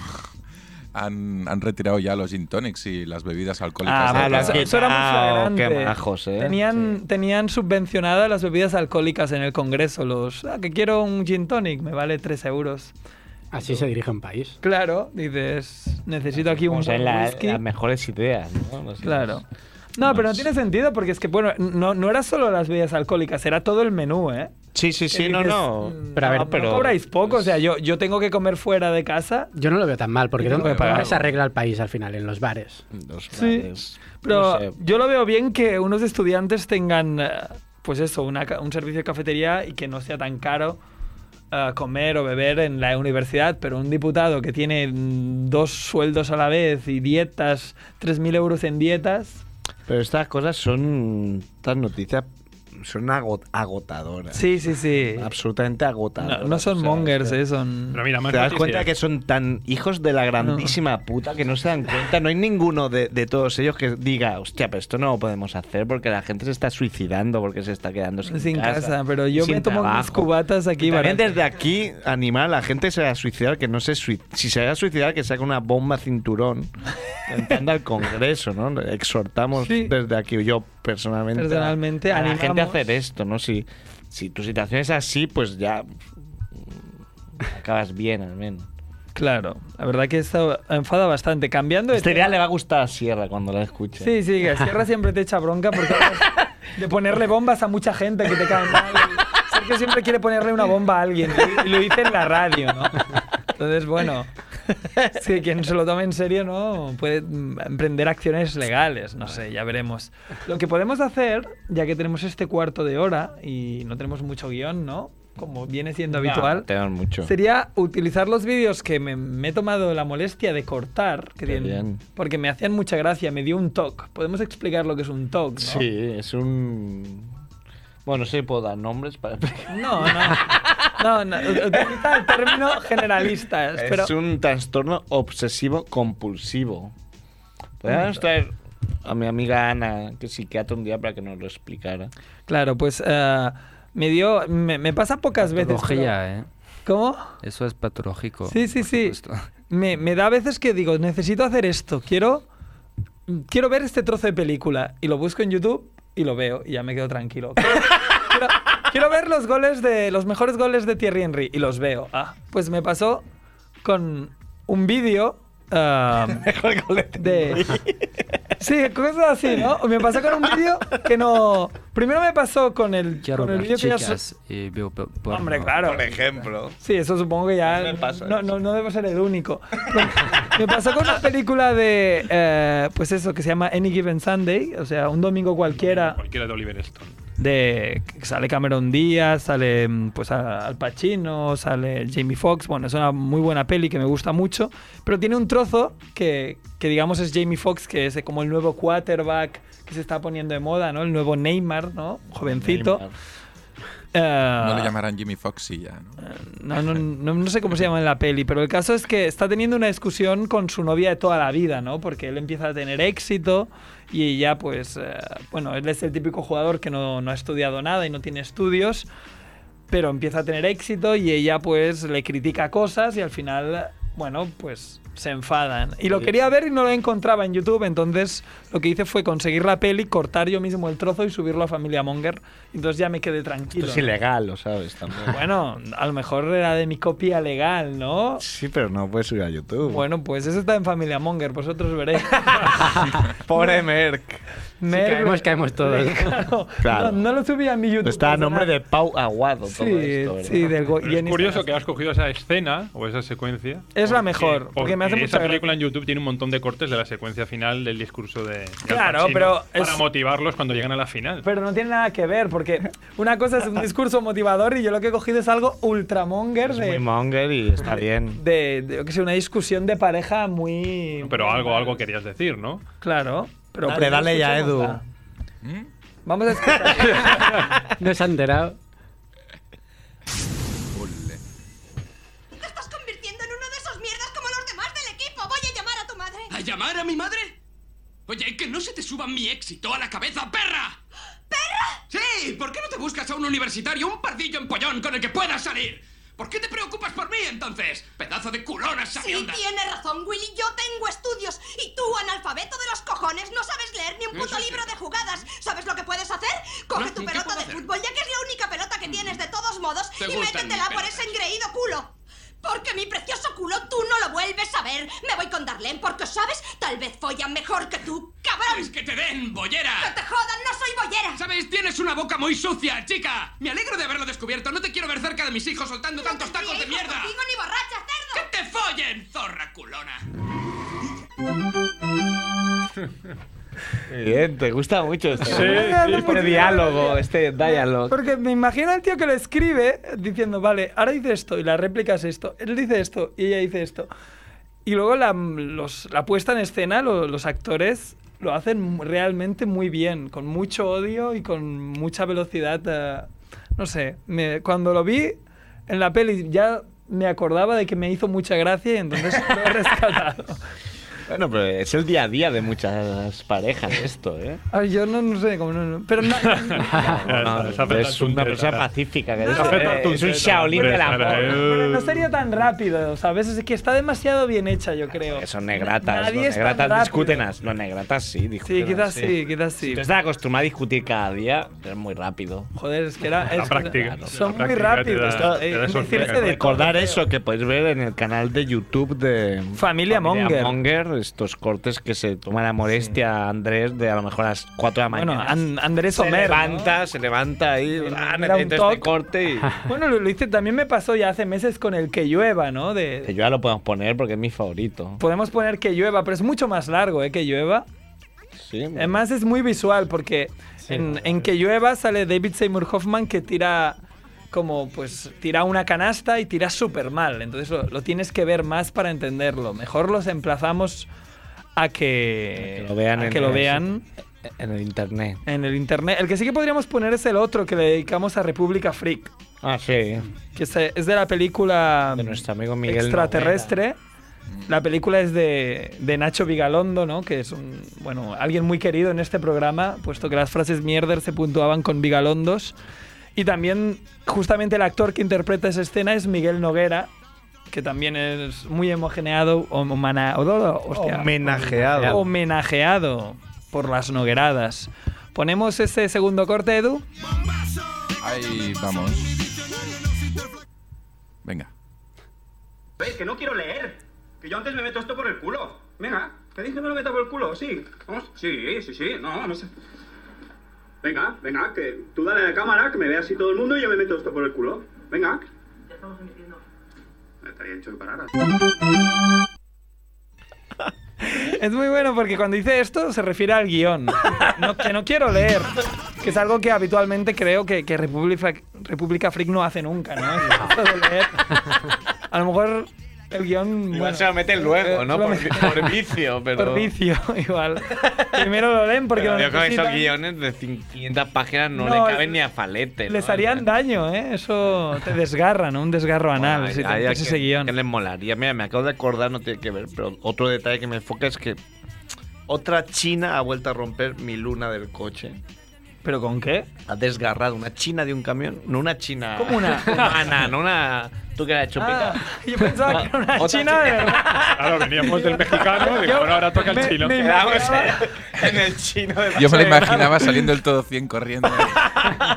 Speaker 5: han, han retirado ya los gin tonics y las bebidas alcohólicas.
Speaker 3: Ah,
Speaker 5: de
Speaker 3: vale,
Speaker 5: casa.
Speaker 3: aquí-
Speaker 2: Eso era muy
Speaker 3: Ah,
Speaker 2: flagrante.
Speaker 3: qué majos, ¿eh?
Speaker 2: Tenían, tenían subvencionadas las bebidas alcohólicas en el Congreso. Los, ah, que quiero un gin tonic, me vale 3 euros.
Speaker 4: Así se dirige un país.
Speaker 2: Claro, dices, necesito aquí un
Speaker 3: Pues es
Speaker 2: buen
Speaker 3: la-
Speaker 2: whisky.
Speaker 3: las mejores ideas, ¿no? Los-
Speaker 2: Claro. No, pero no tiene sentido porque es que, bueno, no, no era solo las bebidas alcohólicas, era todo el menú, ¿eh?
Speaker 3: Sí, sí, sí,
Speaker 2: Que
Speaker 3: no,
Speaker 2: dices,
Speaker 3: no.
Speaker 2: mm,
Speaker 3: Pero a ver,
Speaker 2: no, no
Speaker 3: pero- pues,
Speaker 2: cobráis poco, o sea, yo, yo tengo que comer fuera de casa.
Speaker 4: Yo no lo veo tan mal, porque
Speaker 2: Y tengo
Speaker 4: ¿dónde
Speaker 2: que pagar
Speaker 4: dónde se
Speaker 2: algo.
Speaker 4: arregla el país al final? En los bares.
Speaker 2: Sí. Pero yo lo veo bien que unos estudiantes tengan, eh, pues eso, una ca- un servicio de cafetería y que no sea tan caro eh, comer o beber en la universidad, pero un diputado que tiene mm, dos sueldos a la vez y dietas, 3.000 euros en dietas.
Speaker 3: Pero estas cosas son. Estas noticias son ago- agotadoras.
Speaker 2: Sí, sí, sí.
Speaker 3: Absolutamente agotadoras.
Speaker 2: No, no son
Speaker 3: o sea,
Speaker 2: mongers,
Speaker 3: es que-
Speaker 2: eh, son...
Speaker 8: Pero mira, más
Speaker 3: Te das
Speaker 8: noticias.
Speaker 3: cuenta que son tan hijos de la grandísima puta que no se dan cuenta. No hay ninguno de, de todos ellos que diga, hostia, pero esto no lo podemos hacer porque la gente se está suicidando, porque se está quedando sin,
Speaker 2: Sin casa, pero yo
Speaker 3: sin
Speaker 2: me tomo mis
Speaker 3: trabajo".
Speaker 2: cubatas aquí.
Speaker 3: Y también
Speaker 2: baratas.
Speaker 3: desde aquí, animar a la gente que se va a suicidar, que no se sui- Si se va a suicidar, que saque una bomba cinturón entrando al Congreso, ¿no? Exhortamos desde aquí, yo personalmente, a-
Speaker 2: Personalmente,
Speaker 3: a, la
Speaker 2: animamos.
Speaker 3: gente a hacer esto, ¿no? Si, si tu situación es así, pues ya mm, acabas bien, al menos.
Speaker 2: Claro, la verdad que esto enfada bastante. Cambiando de
Speaker 3: Este día
Speaker 2: tema-
Speaker 3: le va a gustar a Sierra cuando la escuche.
Speaker 2: Sí, sí, que Sierra siempre te echa bronca porque hablas de ponerle bombas a mucha gente que te cae mal. Sergio siempre quiere ponerle una bomba a alguien y lo dice en la radio, ¿no? Entonces, bueno, sí, quien se lo tome en serio, ¿no? Puede mm, emprender acciones legales, no sé, ya veremos. Lo que podemos hacer, ya que tenemos este cuarto de hora y no tenemos mucho guión, ¿no? Como viene siendo habitual.
Speaker 3: Ah, Te dan mucho.
Speaker 2: Sería utilizar los vídeos que me, me he tomado la molestia de cortar, que
Speaker 3: Qué
Speaker 2: tienen-
Speaker 3: bien.
Speaker 2: porque me hacían mucha gracia, me dio un TOC. Podemos explicar lo que es un TOC, ¿no?
Speaker 3: Sí, es un. Bueno, sí puedo dar nombres para.
Speaker 2: No, no. No, no, utiliza el término generalista. Pero
Speaker 3: Es un trastorno obsesivo compulsivo. Podríamos traer a mi amiga Ana, que es psiquiatra, un día para que nos lo explicara.
Speaker 2: Claro, pues eh, me dio. Me, me pasa pocas veces.
Speaker 7: Patología, ¿eh?
Speaker 2: ¿Cómo?
Speaker 7: Eso es patológico.
Speaker 2: Sí, sí, sí. Me, me da a veces que digo, necesito hacer esto, quiero, quiero ver este trozo de película. Y lo busco en YouTube y lo veo y ya me quedo tranquilo. Quiero, quiero- quiero ver los goles de. los mejores goles de Thierry Henry y los veo. Ah, pues me pasó con un vídeo. ah, de sí cosas así no me pasó con un vídeo que no primero me pasó con el
Speaker 7: Quiero
Speaker 2: con el
Speaker 7: ver
Speaker 2: vídeo que ya so-
Speaker 7: chicas y veo por
Speaker 2: Hombre, claro. Por
Speaker 3: ejemplo.
Speaker 2: Sí, eso supongo que ya. no, no, no debo ser el único. Me pasó con una película de. eh, pues eso, que se llama Any Given Sunday, o sea, un domingo cualquiera,
Speaker 8: Cualquiera de Oliver Stone.
Speaker 2: de que sale Cameron Díaz, sale mm, pues a- Al Pacino, sale Jamie Foxx. Bueno, es una muy buena peli que me gusta mucho, pero tiene un trozo que, que digamos es Jamie Foxx, que es como el nuevo quarterback que se está poniendo de moda, ¿no? El nuevo Neymar, ¿no? Jovencito. Eh,
Speaker 3: Ah.
Speaker 5: No le llamarán Jimmy Foxy ya, ¿no?
Speaker 2: no, no, no, no sé cómo se llama en la peli, pero el caso es que está teniendo una discusión con su novia de toda la vida, ¿no? Porque él empieza a tener éxito y ella, pues, eh, bueno, él es el típico jugador que no, no ha estudiado nada y no tiene estudios, pero empieza a tener éxito y ella, pues, le critica cosas y al final, bueno, pues se enfadan. Y lo
Speaker 11: Sí.
Speaker 2: quería ver y no lo encontraba en YouTube, entonces lo que hice fue conseguir la peli, cortar yo mismo el trozo y subirlo a Familia Monger. Entonces ya me quedé tranquilo.
Speaker 3: Esto es ilegal, lo sabes también.
Speaker 2: Bueno, a lo mejor era de mi copia legal, ¿no?
Speaker 3: Sí, pero no puedes subir a YouTube.
Speaker 2: Bueno, pues eso está en Familia Monger, vosotros veréis.
Speaker 3: Pobre Merck.
Speaker 2: Merck-
Speaker 4: caemos, caemos todos.
Speaker 2: Claro. No,
Speaker 3: Claro.
Speaker 2: no lo subí a mi YouTube.
Speaker 3: Está a nombre
Speaker 2: personal.
Speaker 3: de Pau Aguado. todo
Speaker 2: ah, Sí,
Speaker 3: esto, ¿verdad?
Speaker 2: sí, del go-
Speaker 8: Pero
Speaker 2: y
Speaker 8: es
Speaker 2: en
Speaker 8: curioso que has cogido esa escena o esa secuencia.
Speaker 2: Es la mejor, porque me hace mucha
Speaker 8: Esa
Speaker 2: gracia.
Speaker 8: película en YouTube tiene un montón de cortes de la secuencia final del discurso de. de Al
Speaker 2: Claro,
Speaker 8: Pacino
Speaker 2: pero
Speaker 8: Para
Speaker 2: es-
Speaker 8: motivarlos cuando llegan a la final.
Speaker 2: Pero no tiene nada que ver, porque una cosa es un discurso motivador y yo lo que he cogido es algo ultramonger
Speaker 3: Muy
Speaker 2: de,
Speaker 3: monger y está bien.
Speaker 2: de, de, yo qué sé, una discusión de pareja muy...
Speaker 8: Pero algo, algo querías decir, ¿no?
Speaker 2: Claro. Pero pues
Speaker 8: Dale,
Speaker 2: primero
Speaker 8: dale ya,
Speaker 2: escuchemos
Speaker 8: Edu.
Speaker 2: la- Vamos a escuchar.
Speaker 4: No se ha enterado.
Speaker 12: Te estás convirtiendo en uno de esos mierdas como los demás del equipo. Voy a llamar a tu madre.
Speaker 13: ¿A llamar a mi madre? Oye, que no se te suba mi éxito a la cabeza, perra. ¿Perra? Sí, ¿por qué no te buscas a un universitario, un pardillo empollón con el que puedas salir? ¿Por qué te preocupas por mí entonces? Pedazo de culona
Speaker 12: Sí,
Speaker 13: sabionda.
Speaker 12: tiene razón, Willy. Yo tengo estudios. Y tú, analfabeto de los cojones, no sabes leer ni un
Speaker 13: Eso
Speaker 12: puto
Speaker 13: es
Speaker 12: libro de jugadas. ¿Sabes lo que puedes hacer? Coge
Speaker 13: No,
Speaker 12: tu
Speaker 13: ¿qué
Speaker 12: pelota
Speaker 13: puedo
Speaker 12: de
Speaker 13: hacer? Mm-hmm.
Speaker 12: fútbol, ya que es la única pelota que tienes de todos modos,
Speaker 13: Te
Speaker 12: y
Speaker 13: gustan
Speaker 12: métetela
Speaker 13: mis
Speaker 12: por ese engreído culo. Porque mi precioso culo tú no lo vuelves a ver. Me voy con Darlene porque, ¿sabes? Tal vez follan mejor que tú, cabrón.
Speaker 13: ¡Es que te den, bollera!
Speaker 12: ¡Que te jodan! ¡No soy bollera!
Speaker 13: ¿Sabes? Tienes una boca muy sucia, chica. Me alegro de haberlo descubierto. No te quiero ver cerca de mis hijos soltando tantos tacos de mierda.
Speaker 12: contigo ni borracha, cerdo!
Speaker 13: ¡Que te follen, zorra culona!
Speaker 3: Bien, te gusta mucho este,
Speaker 2: Sí, sí,
Speaker 3: este
Speaker 2: porque-
Speaker 3: diálogo, este diálogo.
Speaker 2: Porque me imagino al tío que lo escribe diciendo, vale, ahora dice esto y la réplica es esto, él dice esto y ella dice esto. Y luego la, los- la puesta en escena, lo- los actores lo hacen realmente muy bien, con mucho odio y con mucha velocidad. eh, no sé, me- cuando lo vi en la peli ya me acordaba de que me hizo mucha gracia y entonces lo he rescatado.
Speaker 3: Bueno, pero es el día a día de muchas parejas esto, ¿eh?
Speaker 2: A ver, yo no, no sé cómo... no- no- pero na-
Speaker 3: No,
Speaker 8: se hace tan
Speaker 3: es una
Speaker 8: tunteta,
Speaker 3: persona
Speaker 8: ¿verdad?
Speaker 3: pacífica que
Speaker 8: Se
Speaker 3: es,
Speaker 8: hace
Speaker 3: eh,
Speaker 8: tan
Speaker 3: es un
Speaker 8: tunteta,
Speaker 3: Shaolin
Speaker 8: hombre,
Speaker 3: del
Speaker 8: para,
Speaker 3: amor.
Speaker 8: eh.
Speaker 2: No sería tan rápido, ¿sabes? Es que está demasiado bien hecha, yo creo.
Speaker 3: Que son negratas,
Speaker 2: Nadie
Speaker 3: los
Speaker 2: es tan
Speaker 3: negratas
Speaker 2: rápido.
Speaker 3: discútenas. Los negratas sí, discútenas.
Speaker 2: quizás sí, quizás sí.
Speaker 3: Si tú estás acostumbrado a discutir cada día, es muy rápido.
Speaker 2: Joder, es que era. es que
Speaker 3: práctica.
Speaker 2: era- son
Speaker 3: La
Speaker 2: muy
Speaker 3: práctica te
Speaker 2: rápidos.
Speaker 3: da-
Speaker 2: eh,
Speaker 3: te da esos
Speaker 2: decirse
Speaker 3: flecos.
Speaker 2: de
Speaker 3: Recordar eso que podéis ver en el canal de YouTube de
Speaker 2: Familia Monger.
Speaker 3: Monger, estos cortes que se toma la molestia a Andrés de a lo mejor a las 4 de la
Speaker 2: Bueno,
Speaker 3: mañana.
Speaker 2: An- Andrés
Speaker 3: se
Speaker 2: Omer,
Speaker 3: levanta, se levanta ahí,
Speaker 2: Era
Speaker 3: ah,
Speaker 2: un
Speaker 3: necesito este
Speaker 2: toc.
Speaker 3: corte y
Speaker 2: Bueno, lo, lo hice, también me pasó ya hace meses con el que llueva, ¿no? De,
Speaker 3: que yo ya lo podemos poner porque es mi favorito.
Speaker 2: podemos poner que llueva, pero es mucho más largo, ¿eh? Que llueva.
Speaker 3: Sí,
Speaker 2: Pues, Además es muy visual porque en, en que llueva sale David Seymour Hoffman que tira como pues tira una canasta y tira súper mal. Entonces lo, lo tienes que ver más para entenderlo. Mejor los emplazamos a que,
Speaker 3: que lo vean
Speaker 2: a
Speaker 3: en
Speaker 2: que lo
Speaker 3: el-
Speaker 2: vean
Speaker 3: en el internet.
Speaker 2: en el internet. El que sí que podríamos poner es el otro que le dedicamos a República Freak,
Speaker 3: Ah, sí.
Speaker 2: que es, es de la película
Speaker 3: De nuestro amigo Miguel
Speaker 2: extraterrestre. La película es de, de Nacho Vigalondo, ¿no? Que es un, bueno, alguien muy querido en este programa, puesto que las frases mierder se puntuaban con Vigalondos. Y también, justamente, el actor que interpreta esa escena es Miguel Noguera, que también es muy homogeneado, homana- o- o- hostia.
Speaker 3: Homenajeado.
Speaker 2: Homenajeado por las Nogueradas. ¿Ponemos ese segundo corte, Edu?
Speaker 5: Ahí vamos. Venga.
Speaker 14: Veis que no quiero leer. Que yo antes me meto esto por el culo. Venga, que dije que me lo meto por el culo, sí. Vamos, sí, sí, sí, no, no sé. Venga, venga, que tú dale a la cámara, que me vea así todo el mundo y yo me meto esto por el culo. Venga. Estaría hecho que parara.
Speaker 2: Es muy bueno porque cuando dice esto se refiere al guión, no, que no quiero leer, que es algo que habitualmente creo que, que República, República Freak no hace nunca, ¿no? Esto de leer. A lo mejor el guión...
Speaker 3: Igual
Speaker 2: bueno,
Speaker 3: se lo meten luego,
Speaker 2: eh,
Speaker 3: ¿no?
Speaker 2: se lo
Speaker 3: Por,
Speaker 2: meten-
Speaker 3: por vicio, pero.
Speaker 2: por vicio, igual. Primero lo leen porque
Speaker 3: Pero
Speaker 2: lo
Speaker 3: yo con esos
Speaker 2: necesitan.
Speaker 3: guiones de 500 páginas no,
Speaker 2: No,
Speaker 3: le caben ni a falete. ¿no?
Speaker 2: Les harían daño, ¿eh? Eso te desgarra, ¿no? Un desgarro anal. si te
Speaker 3: Ay,
Speaker 2: metes
Speaker 3: ¿a
Speaker 2: ese
Speaker 3: qué-
Speaker 2: guión.
Speaker 3: qué les molaría? Mira, me acabo de acordar, no tiene que ver, pero otro detalle que me enfoca es que otra china ha vuelto a romper mi luna del coche.
Speaker 2: ¿Pero con qué?
Speaker 3: Ha desgarrado una china de un camión. No una china.
Speaker 2: ¿Cómo una?
Speaker 3: Humana, no una. Tú que la chupita.
Speaker 2: Ah, yo pensaba que era una
Speaker 3: Otra
Speaker 2: china de verdad.
Speaker 8: Claro, veníamos del mexicano, digo, bueno, ahora toca el
Speaker 2: me-
Speaker 8: chino.
Speaker 2: me
Speaker 3: Quedamos
Speaker 2: imaginaba-
Speaker 3: en el chino de
Speaker 5: Yo me lo
Speaker 3: Paseo de Gracia.
Speaker 5: imaginaba saliendo el todo 100 corriendo.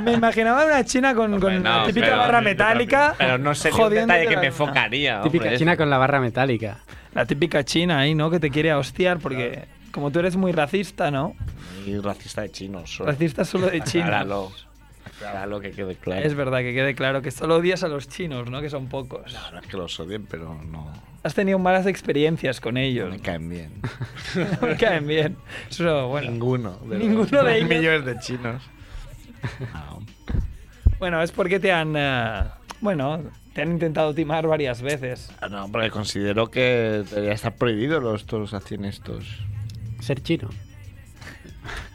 Speaker 2: Me imaginaba una china con, con
Speaker 3: no,
Speaker 2: la típica
Speaker 3: pero-
Speaker 2: barra metálica.
Speaker 3: Pero no sería un
Speaker 2: jodiéndote
Speaker 3: detalle que
Speaker 2: la
Speaker 3: me
Speaker 2: luna.
Speaker 3: enfocaría.
Speaker 4: Ah. Típica
Speaker 3: hombre.
Speaker 4: china con la barra metálica.
Speaker 2: La típica china ahí, ¿no? Que te quiere hostiar porque como tú eres muy racista, ¿no?
Speaker 3: Y racista de chinos. solo.
Speaker 2: Racista solo de chinos.
Speaker 3: Acláralo. Acláralo que quede claro.
Speaker 2: Es verdad que quede claro que solo odias a los chinos, ¿no? Que son pocos.
Speaker 3: No es que los odien, pero no
Speaker 2: Has tenido malas experiencias con ellos.
Speaker 3: me caen bien.
Speaker 2: No me caen bien. Eso, bueno.
Speaker 3: Ninguno. los
Speaker 2: Ninguno de ellos.
Speaker 3: Millones de chinos. Ah,
Speaker 2: Bueno, es porque te han... eh, bueno, te han intentado timar varias veces.
Speaker 3: Ah, No, porque considero que debería estar prohibido los toros a 100 estos.
Speaker 4: Ser chino.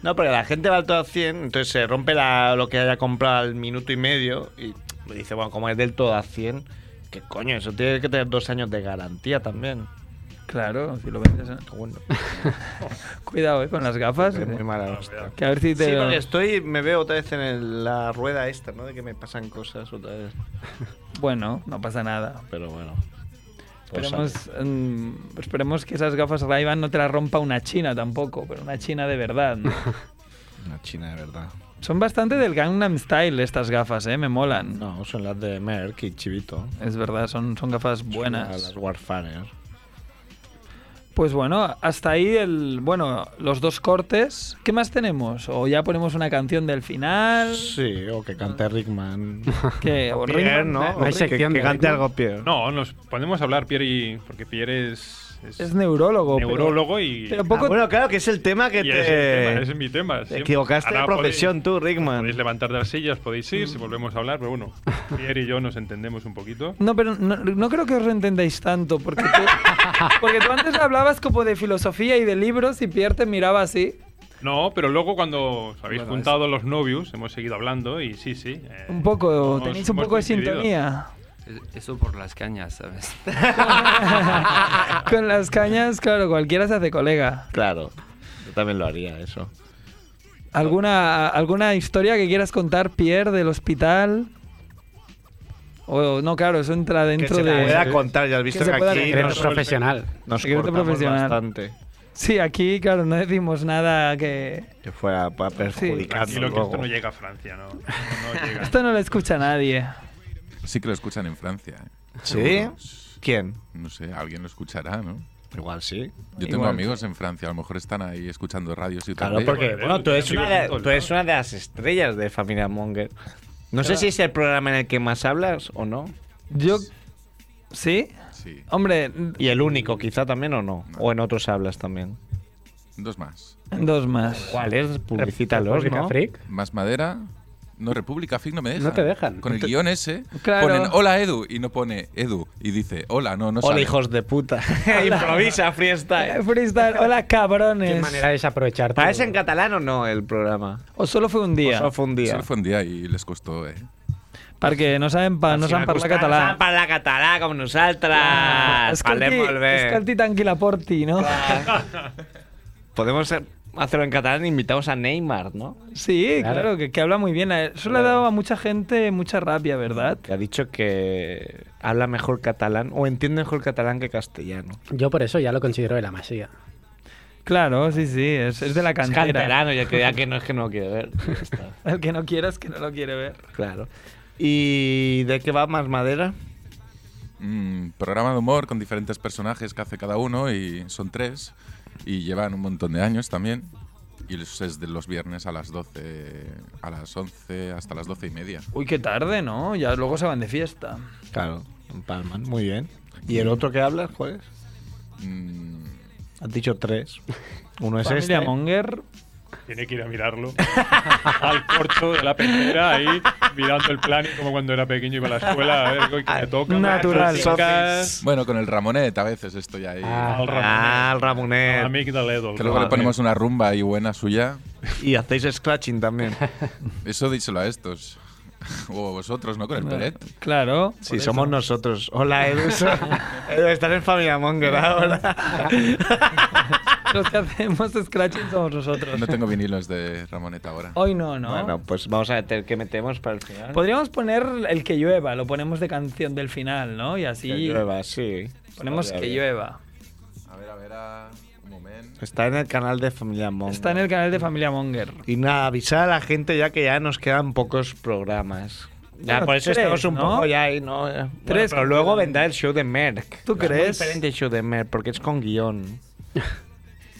Speaker 3: No, porque la gente va al todo a 100, entonces se rompe la- lo que haya comprado al minuto y medio y dice, bueno, como es del todo a 100, que coño, eso tiene que tener dos años de garantía también.
Speaker 2: Claro, si lo vendes... ¿eh?
Speaker 3: Bueno,
Speaker 2: Cuidado, ¿eh? Con las gafas.
Speaker 3: es muy mala hostia.
Speaker 2: Que a ver si te...
Speaker 3: Sí,
Speaker 2: lo-
Speaker 3: porque estoy, me veo otra vez en el- la rueda esta, ¿no? De que me pasan cosas otra vez.
Speaker 2: Bueno, no pasa nada.
Speaker 3: Pero bueno. Pues
Speaker 2: Esperemos, mm, esperemos que esas gafas ray no te las rompa una china tampoco, pero una china de verdad. ¿no?
Speaker 3: Una china de verdad.
Speaker 2: Son bastante del Gangnam Style estas gafas, ¿eh? Me molan.
Speaker 3: No, son las de Merck y Chivito.
Speaker 2: Es verdad, son, son gafas buenas.
Speaker 3: Las Warfarer.
Speaker 2: Pues bueno, hasta ahí el, bueno, los dos cortes. ¿Qué más tenemos? ¿O ya ponemos una canción del final? Ah.
Speaker 3: Sí, o que cante Rickman.
Speaker 2: Que- o Pierre, Rickman, ¿no? ¿eh? Hay
Speaker 3: Oh, Que-
Speaker 2: sección
Speaker 3: que
Speaker 2: de
Speaker 3: cante
Speaker 2: Rickman.
Speaker 3: algo Pierre.
Speaker 8: No, nos podemos hablar Pierre y... Porque Pierre es... Es,
Speaker 2: Es neurólogo. pero-
Speaker 8: neurólogo y...
Speaker 2: pero poco-
Speaker 3: Ah, bueno, claro, que es el tema que
Speaker 8: Y ese
Speaker 3: te.
Speaker 8: es, el tema, ese es mi tema.
Speaker 3: Te
Speaker 8: siempre.
Speaker 3: equivocaste de
Speaker 8: Ahora
Speaker 3: profesión tú, Rickman.
Speaker 8: Podéis levantar de las sillas, podéis ir, si
Speaker 2: Mm.
Speaker 8: volvemos a hablar, pero bueno, Pierre y yo nos entendemos un poquito.
Speaker 2: No, pero no, no creo que os entendáis tanto, porque tú, porque tú antes hablabas como de filosofía y de libros y Pierre te miraba así,
Speaker 8: No, pero luego cuando os habéis
Speaker 2: Bueno,
Speaker 8: juntado los novios, hemos seguido hablando y sí, sí. eh,
Speaker 2: un poco,
Speaker 8: hemos-
Speaker 2: tenéis un
Speaker 8: hemos
Speaker 2: poco de
Speaker 8: coincidido.
Speaker 2: sintonía.
Speaker 7: Es- Eso por las cañas, ¿sabes?
Speaker 2: Con las cañas, claro, cualquiera se hace colega.
Speaker 3: Claro, yo también lo haría eso.
Speaker 2: ¿Alguna, alguna historia que quieras contar, Pierre, del hospital? O no, claro, eso entra dentro
Speaker 3: que se
Speaker 2: de...
Speaker 3: pueda contar, ya has visto que,
Speaker 2: se pueda
Speaker 3: aquí
Speaker 2: contar.
Speaker 3: Nos
Speaker 2: Secreto
Speaker 3: cortamos
Speaker 2: profesional.
Speaker 3: bastante.
Speaker 2: Sí, aquí, claro, no decimos nada que...
Speaker 3: Que fuera para perjudicarnos
Speaker 8: Tranquilo, que
Speaker 3: luego.
Speaker 8: esto no llega a Francia, ¿no? no llega.
Speaker 2: Esto no lo escucha nadie.
Speaker 5: Sí que lo escuchan en Francia. ¿eh?
Speaker 3: ¿Sí?
Speaker 5: Seguro.
Speaker 3: ¿Quién?
Speaker 5: No sé, alguien lo escuchará, ¿no?
Speaker 3: Igual sí.
Speaker 5: Yo tengo
Speaker 3: Igual.
Speaker 5: amigos en Francia, a lo mejor están ahí escuchando radios y
Speaker 3: Claro, porque bueno, tú eres, una de, tú eres una de las estrellas de Familia Monger. No sé
Speaker 2: Claro.
Speaker 3: si es el programa en el que más hablas o no.
Speaker 2: Yo... ¿Sí?
Speaker 5: Sí.
Speaker 2: Hombre,
Speaker 3: Y el único, quizá también o no. O en otros hablas también.
Speaker 5: Dos más.
Speaker 2: dos más.
Speaker 3: ¿Cuál es? Publicítalos,
Speaker 4: República
Speaker 3: ¿no?
Speaker 4: Freak.
Speaker 5: Más madera. No, República Freak no me dejan.
Speaker 4: No te dejan.
Speaker 5: Con el
Speaker 4: No te-
Speaker 5: guión ese
Speaker 4: Claro.
Speaker 5: ponen hola Edu y no pone Edu y dice hola, no, no
Speaker 3: Hola,
Speaker 5: sale.
Speaker 3: hijos de puta. Improvisa, freestyle.
Speaker 2: Freestyle, hola cabrones.
Speaker 3: Qué manera
Speaker 4: de desaprovechar.
Speaker 3: ¿Parece en catalán o no el programa?
Speaker 2: O solo fue un día.
Speaker 3: O solo fue un día.
Speaker 5: Solo fue un día y les costó, eh.
Speaker 2: Perquè no saben, pa, Ah, no
Speaker 3: Ah, Si
Speaker 2: saben
Speaker 3: me
Speaker 2: parlar
Speaker 3: gusta, No
Speaker 2: català.
Speaker 3: saben parlar català com nosaltres.
Speaker 2: Es que, el
Speaker 3: Parlem
Speaker 2: ti-
Speaker 3: molt
Speaker 2: es que el
Speaker 3: bé.
Speaker 2: ti tanqui la porti, ¿no?
Speaker 3: Podemos hacerlo en catalán. Invitamos a Neymar, ¿no?
Speaker 2: Sí, claro,
Speaker 3: Claro.
Speaker 2: que, que habla muy bien. Eh, Eso le ha dado a mucha gente mucha rabia, ¿verdad?
Speaker 3: Que ha dicho que habla mejor catalán o entiende mejor catalán que castellano.
Speaker 4: Yo por eso ya lo considero de la masía.
Speaker 2: Claro, sí, sí, es, es de la
Speaker 3: Es
Speaker 2: cantera.
Speaker 3: canterano, ya que, ya que no es que no lo quiere ver. Ya está,
Speaker 2: El que no quieras que no lo quiere ver.
Speaker 3: claro. ¿Y de qué va más madera?
Speaker 5: Mm, programa de humor con diferentes personajes que hace cada uno y son tres y llevan un montón de años también y los- es de los viernes a las 12, a las 11 hasta las 12 y media.
Speaker 2: Uy, qué tarde, ¿no? Ya luego se van de fiesta.
Speaker 3: Claro, empalman, muy bien. ¿Y el otro que hablas, cuál es?
Speaker 5: Mm,
Speaker 3: Has dicho tres. Uno es
Speaker 2: Familia
Speaker 3: este.
Speaker 2: Monger.
Speaker 8: Tiene que ir a mirarlo. Al corcho de la pecera ahí, mirando el plan, como cuando era pequeño iba a la escuela, a ver qué me toca. Chicas,
Speaker 5: Bueno, con el Ramonet a veces estoy ahí.
Speaker 8: Ah, el Ramonet.
Speaker 3: Ah, el Ramonet.
Speaker 8: Amígdala, Edo, el
Speaker 5: que luego le
Speaker 8: Ramonet.
Speaker 5: ponemos una rumba y buena suya.
Speaker 3: Y hacéis scratching también.
Speaker 5: Eso díselo a estos. O a vosotros, ¿no? Con el Peret.
Speaker 2: Claro.
Speaker 3: Sí, somos nosotros. Hola, Edu. Edu, estás en Familia Monger ahora.
Speaker 2: Los que hacemos scratching somos nosotros.
Speaker 5: No tengo vinilos de Ramonet ahora.
Speaker 2: Hoy no, ¿no? Pues
Speaker 3: Bueno, pues vamos a meter qué metemos para el final.
Speaker 2: Podríamos poner el que llueva, lo ponemos de canción del final, ¿no? Y así
Speaker 3: Que llueva, sí.
Speaker 2: ponemos
Speaker 3: Estaría
Speaker 2: que
Speaker 3: bien.
Speaker 2: llueva.
Speaker 5: A ver, a ver, a... un momento.
Speaker 3: Está en el canal de Familia Monger.
Speaker 2: Está en el canal de Familia Monger.
Speaker 3: Y nada, avisar a la gente ya que ya nos quedan pocos programas. Ya,
Speaker 2: Bueno,
Speaker 3: por eso
Speaker 2: tres,
Speaker 3: estamos un
Speaker 2: ¿no?
Speaker 3: poco ya ahí, ¿no? Bueno,
Speaker 2: Tres
Speaker 3: pero luego vendrá el show de Merck.
Speaker 2: ¿Tú
Speaker 3: Es muy
Speaker 2: crees?
Speaker 3: diferente el show de Merck porque es con guión.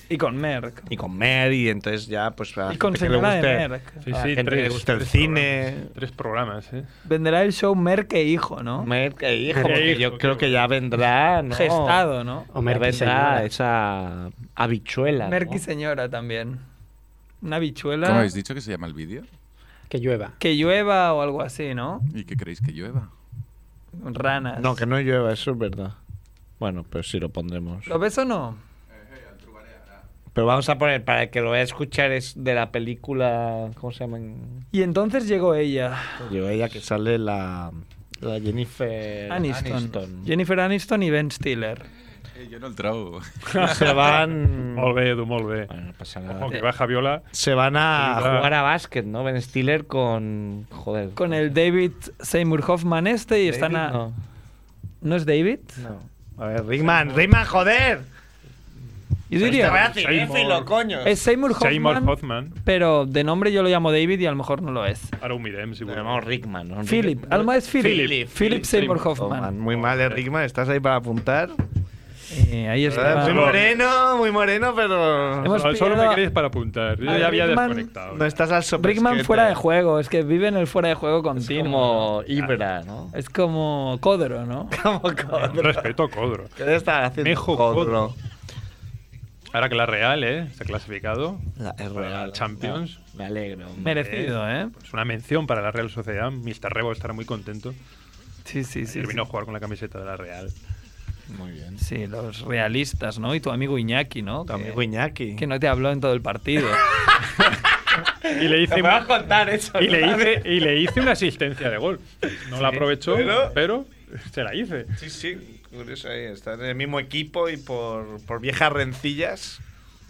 Speaker 2: Y con Merck.
Speaker 3: Y con Merck, y entonces ya, pues. a la
Speaker 2: Y con
Speaker 3: gente que le
Speaker 2: señora de
Speaker 3: guste-
Speaker 2: Merck.
Speaker 8: Sí,
Speaker 3: a la
Speaker 8: sí,
Speaker 3: gente que le
Speaker 8: tres-
Speaker 3: gusta el
Speaker 8: tres
Speaker 3: cine.
Speaker 8: Tres programas, ¿eh?
Speaker 2: Vendrá el show Merck e Hijo, ¿no?
Speaker 3: Merck e hijo,
Speaker 2: E
Speaker 3: porque
Speaker 2: hijo,
Speaker 3: yo creo que ya vendrá, ¿no?
Speaker 2: Gestado, ¿no?
Speaker 3: O
Speaker 4: Merck y
Speaker 3: vendrá
Speaker 4: señora.
Speaker 3: esa habichuela. ¿no?
Speaker 2: Merck y señora también. Una bichuela.
Speaker 5: ¿Cómo habéis dicho que se llama el vídeo?
Speaker 4: Que llueva.
Speaker 2: Que llueva o algo así, ¿no?
Speaker 5: ¿Y qué creéis que llueva?
Speaker 2: Ranas.
Speaker 3: No, que no llueva, eso es verdad. Bueno, pero sí lo pondremos.
Speaker 2: ¿Lo ves o no?
Speaker 3: Pero vamos a poner, para el que lo vaya a escuchar, es de la película. ¿Cómo se llama? en-
Speaker 2: Y entonces llegó ella,
Speaker 3: Yo ella que sale la, la Jennifer
Speaker 2: Aniston.
Speaker 3: Eh, Aniston.
Speaker 2: Jennifer Aniston y Ben Stiller.
Speaker 5: Eh, jo no el trobo.
Speaker 8: Se
Speaker 3: Mm.
Speaker 8: van. Molt bé, Edu, molt bé.
Speaker 15: Bueno, no pasa nada.
Speaker 8: Ojo, que va Javiola.
Speaker 15: Se van a
Speaker 8: Sí, va.
Speaker 15: jugar a básquet, ¿no? Ben Stiller con. Joder.
Speaker 2: Con el David Seymour Hoffman este y están a.
Speaker 15: No.
Speaker 2: ¿No es David?
Speaker 15: No.
Speaker 3: A ver, Rickman, Rickman, joder.
Speaker 2: Yo diría.
Speaker 3: Te voy a cinéfilo, coño.
Speaker 2: Es Seymour Hoffman.
Speaker 3: Seymour
Speaker 2: Pero de nombre yo lo llamo David y a lo mejor no lo es.
Speaker 8: Ahora un mirem, si volem.
Speaker 15: No, Rickman. No,
Speaker 2: Philip. Alma es Philip. Philip, Seymour Hoffman.
Speaker 3: Oh, Muy mal de Rickman, estás ahí para apuntar.
Speaker 2: Eh, ahí
Speaker 8: está.
Speaker 3: Muy moreno, muy moreno, pero.
Speaker 8: Hemos Solo- solo me pillado queréis para apuntar. Yo a ya había Rickman- desconectado.
Speaker 3: No estás al sopesquete.
Speaker 2: Brickman fuera de juego, es que vive en el fuera de juego
Speaker 15: como
Speaker 2: continuo.
Speaker 15: Ibra, ¿no?
Speaker 2: Es como Codro, ¿no?
Speaker 15: Como Codro.
Speaker 8: Respeto a Codro.
Speaker 15: ¿Qué está haciendo?
Speaker 8: Mejo Codro. Ahora que la Real, ¿eh? Se ha clasificado.
Speaker 15: La
Speaker 8: Para la Champions.
Speaker 15: Me alegro.
Speaker 2: Merecido, ¿eh?
Speaker 8: Es una mención para la Real Sociedad. Mr. Rebo estará muy contento.
Speaker 2: Sí, sí, sí.
Speaker 8: Terminó a jugar con la camiseta de la Real.
Speaker 5: Muy bien.
Speaker 2: Sí, los realistas, ¿no? Y tu amigo Iñaki, ¿no? Tu
Speaker 3: amigo Iñaki.
Speaker 2: Que no te habló en todo el partido.
Speaker 8: Y le hice,
Speaker 2: Te voy a
Speaker 8: una-
Speaker 2: contar eso,
Speaker 8: y le
Speaker 2: ¿no?
Speaker 8: hice, y le hice una asistencia de gol. No la
Speaker 3: Sí,
Speaker 8: aprovechó,
Speaker 3: pero-
Speaker 8: pero... se la hice.
Speaker 3: Sí, sí, curioso ahí. Estás en el mismo equipo y por, por viejas rencillas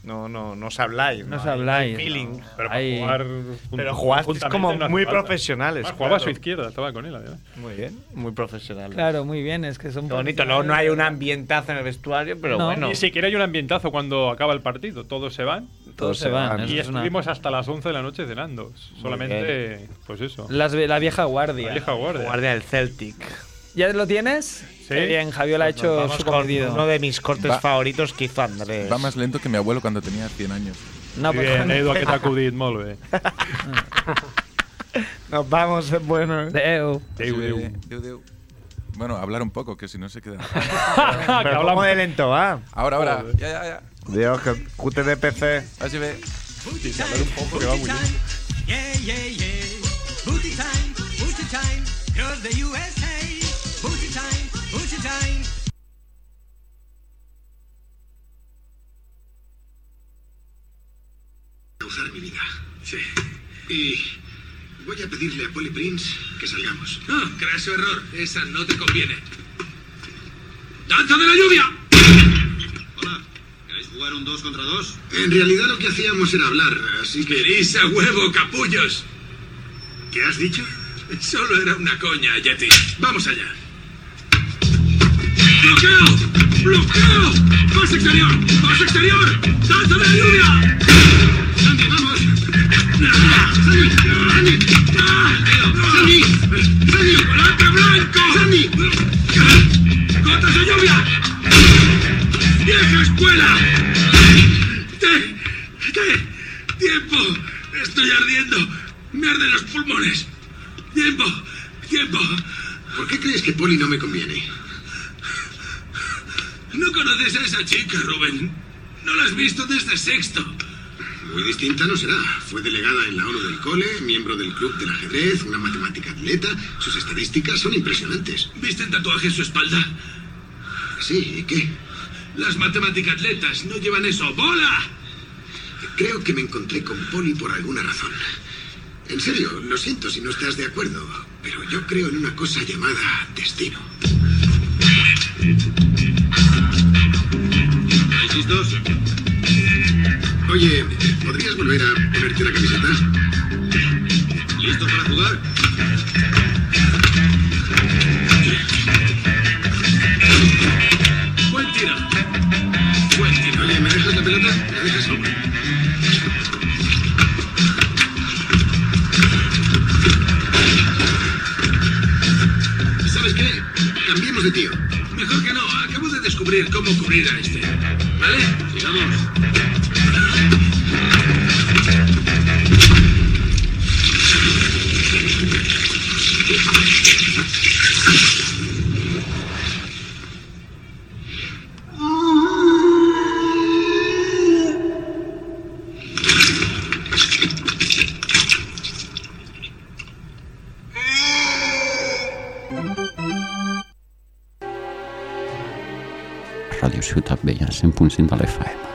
Speaker 3: no, no, no os habláis.
Speaker 2: No os
Speaker 3: Hay- hay
Speaker 2: habláis,
Speaker 3: feeling.
Speaker 8: no. Pero para Hay- jugar jun-
Speaker 3: Pero jugasteis
Speaker 8: juntamente
Speaker 3: como
Speaker 8: no hace
Speaker 3: muy
Speaker 8: falta.
Speaker 3: profesionales.
Speaker 8: Además, jugaba a su
Speaker 3: claro.
Speaker 8: izquierda, estaba con él, además.
Speaker 3: Muy bien, muy profesionales.
Speaker 2: claro, muy bien, es que son.
Speaker 3: Qué bonito,
Speaker 15: luego no hay un ambientazo en el vestuario, pero
Speaker 8: No.
Speaker 15: bueno.
Speaker 8: Ni siquiera hay un ambientazo cuando acaba el partido. Todos se van.
Speaker 2: Todos se van, eso
Speaker 8: Y
Speaker 2: es una-
Speaker 8: estuvimos hasta las 11 de la noche cenando. Solamente, pues eso.
Speaker 2: Las ve- la vieja guardia.
Speaker 8: La vieja guardia.
Speaker 3: del Celtic.
Speaker 2: ¿Ya lo tienes? Sí. Bien, Javiola ha hecho
Speaker 15: Vamos
Speaker 2: su
Speaker 15: con
Speaker 2: cometido.
Speaker 15: uno de mis cortes
Speaker 5: Va.
Speaker 15: favoritos que hizo Andrés.
Speaker 5: Va más lento que mi abuelo cuando tenía 100 años.
Speaker 2: No, pues,
Speaker 8: Muy bien, Edu, aquest acudit, molt bé.
Speaker 3: Nos vamos, es bueno. ¿eh?
Speaker 2: Deu.
Speaker 8: Deu, deu.
Speaker 5: Deu, deu. Bueno, hablar un poco, que si no se queda.
Speaker 2: Ah,
Speaker 3: Pero ¿cómo de lento va?
Speaker 5: Ahora, ahora.
Speaker 3: Joder.
Speaker 5: Ya, ya, ya.
Speaker 3: Dios, que QTDPC.
Speaker 5: Así ve.
Speaker 8: hablar un poco, que va muy bien.
Speaker 6: Yeah, yeah, yeah. Booty time, booty time, girls the USA. Booty time, booty time.
Speaker 16: Usar mi vida. Sí. Y voy a pedirle a Polly Prince que salgamos.
Speaker 6: Ah, craso error. Esa no te conviene. ¡Danza de la lluvia!
Speaker 16: ¿Queréis jugar un 2 contra 2? En realidad lo que hacíamos era hablar, así que.
Speaker 6: ¡Venís a huevo, capullos!
Speaker 16: ¿Qué has dicho?
Speaker 6: Solo era una coña, Yeti.
Speaker 16: Vamos allá.
Speaker 6: ¡Bloqueo! ¡Bloqueo! ¡Pase exterior! ¡Pase exterior! ¡Danza de la lluvia!
Speaker 16: ¡Sandy, vamos! ¡Sandy! ¡Sandy! ¡Sandy! ¡Sandy! ¡Volante blanco! ¡Sandy!
Speaker 6: ¡Gotas de lluvia! ¡Vieja escuela! ¡Té! ¡Té! ¡Tiempo! ¡Estoy ardiendo! ¡Me arden los pulmones! ¡Tiempo! ¡Tiempo!
Speaker 16: ¿Por qué crees que Polly no me conviene?
Speaker 6: No conoces a esa chica, Rubén. No la has visto desde sexto.
Speaker 16: Muy distinta no será. Fue delegada en la ONU del cole, miembro del club del ajedrez, una matemática atleta. Sus estadísticas son impresionantes.
Speaker 6: ¿Viste el tatuaje en su espalda?
Speaker 16: Sí, ¿y qué?
Speaker 6: Las matemáticas atletas no llevan eso. ¡Bola!
Speaker 16: Creo que me encontré con Polly por alguna razón. En serio, lo siento si no estás de acuerdo, pero yo creo en una cosa llamada destino. ¿Estáis listos? Oye, ¿podrías volver a ponerte la camiseta? ¿Listo para jugar?
Speaker 6: ¡Buen tiro!
Speaker 16: Buen tiro. Oye, ¿me dejas la pelota? ¿Me la dejas? ¿Sabes qué? Cambiemos de tío.
Speaker 6: Mejor que no. Acabo de descubrir cómo cubrir a este. ¿Vale? Sigamos.
Speaker 7: Radio Ciutat Vella, 100.5 de l'FM.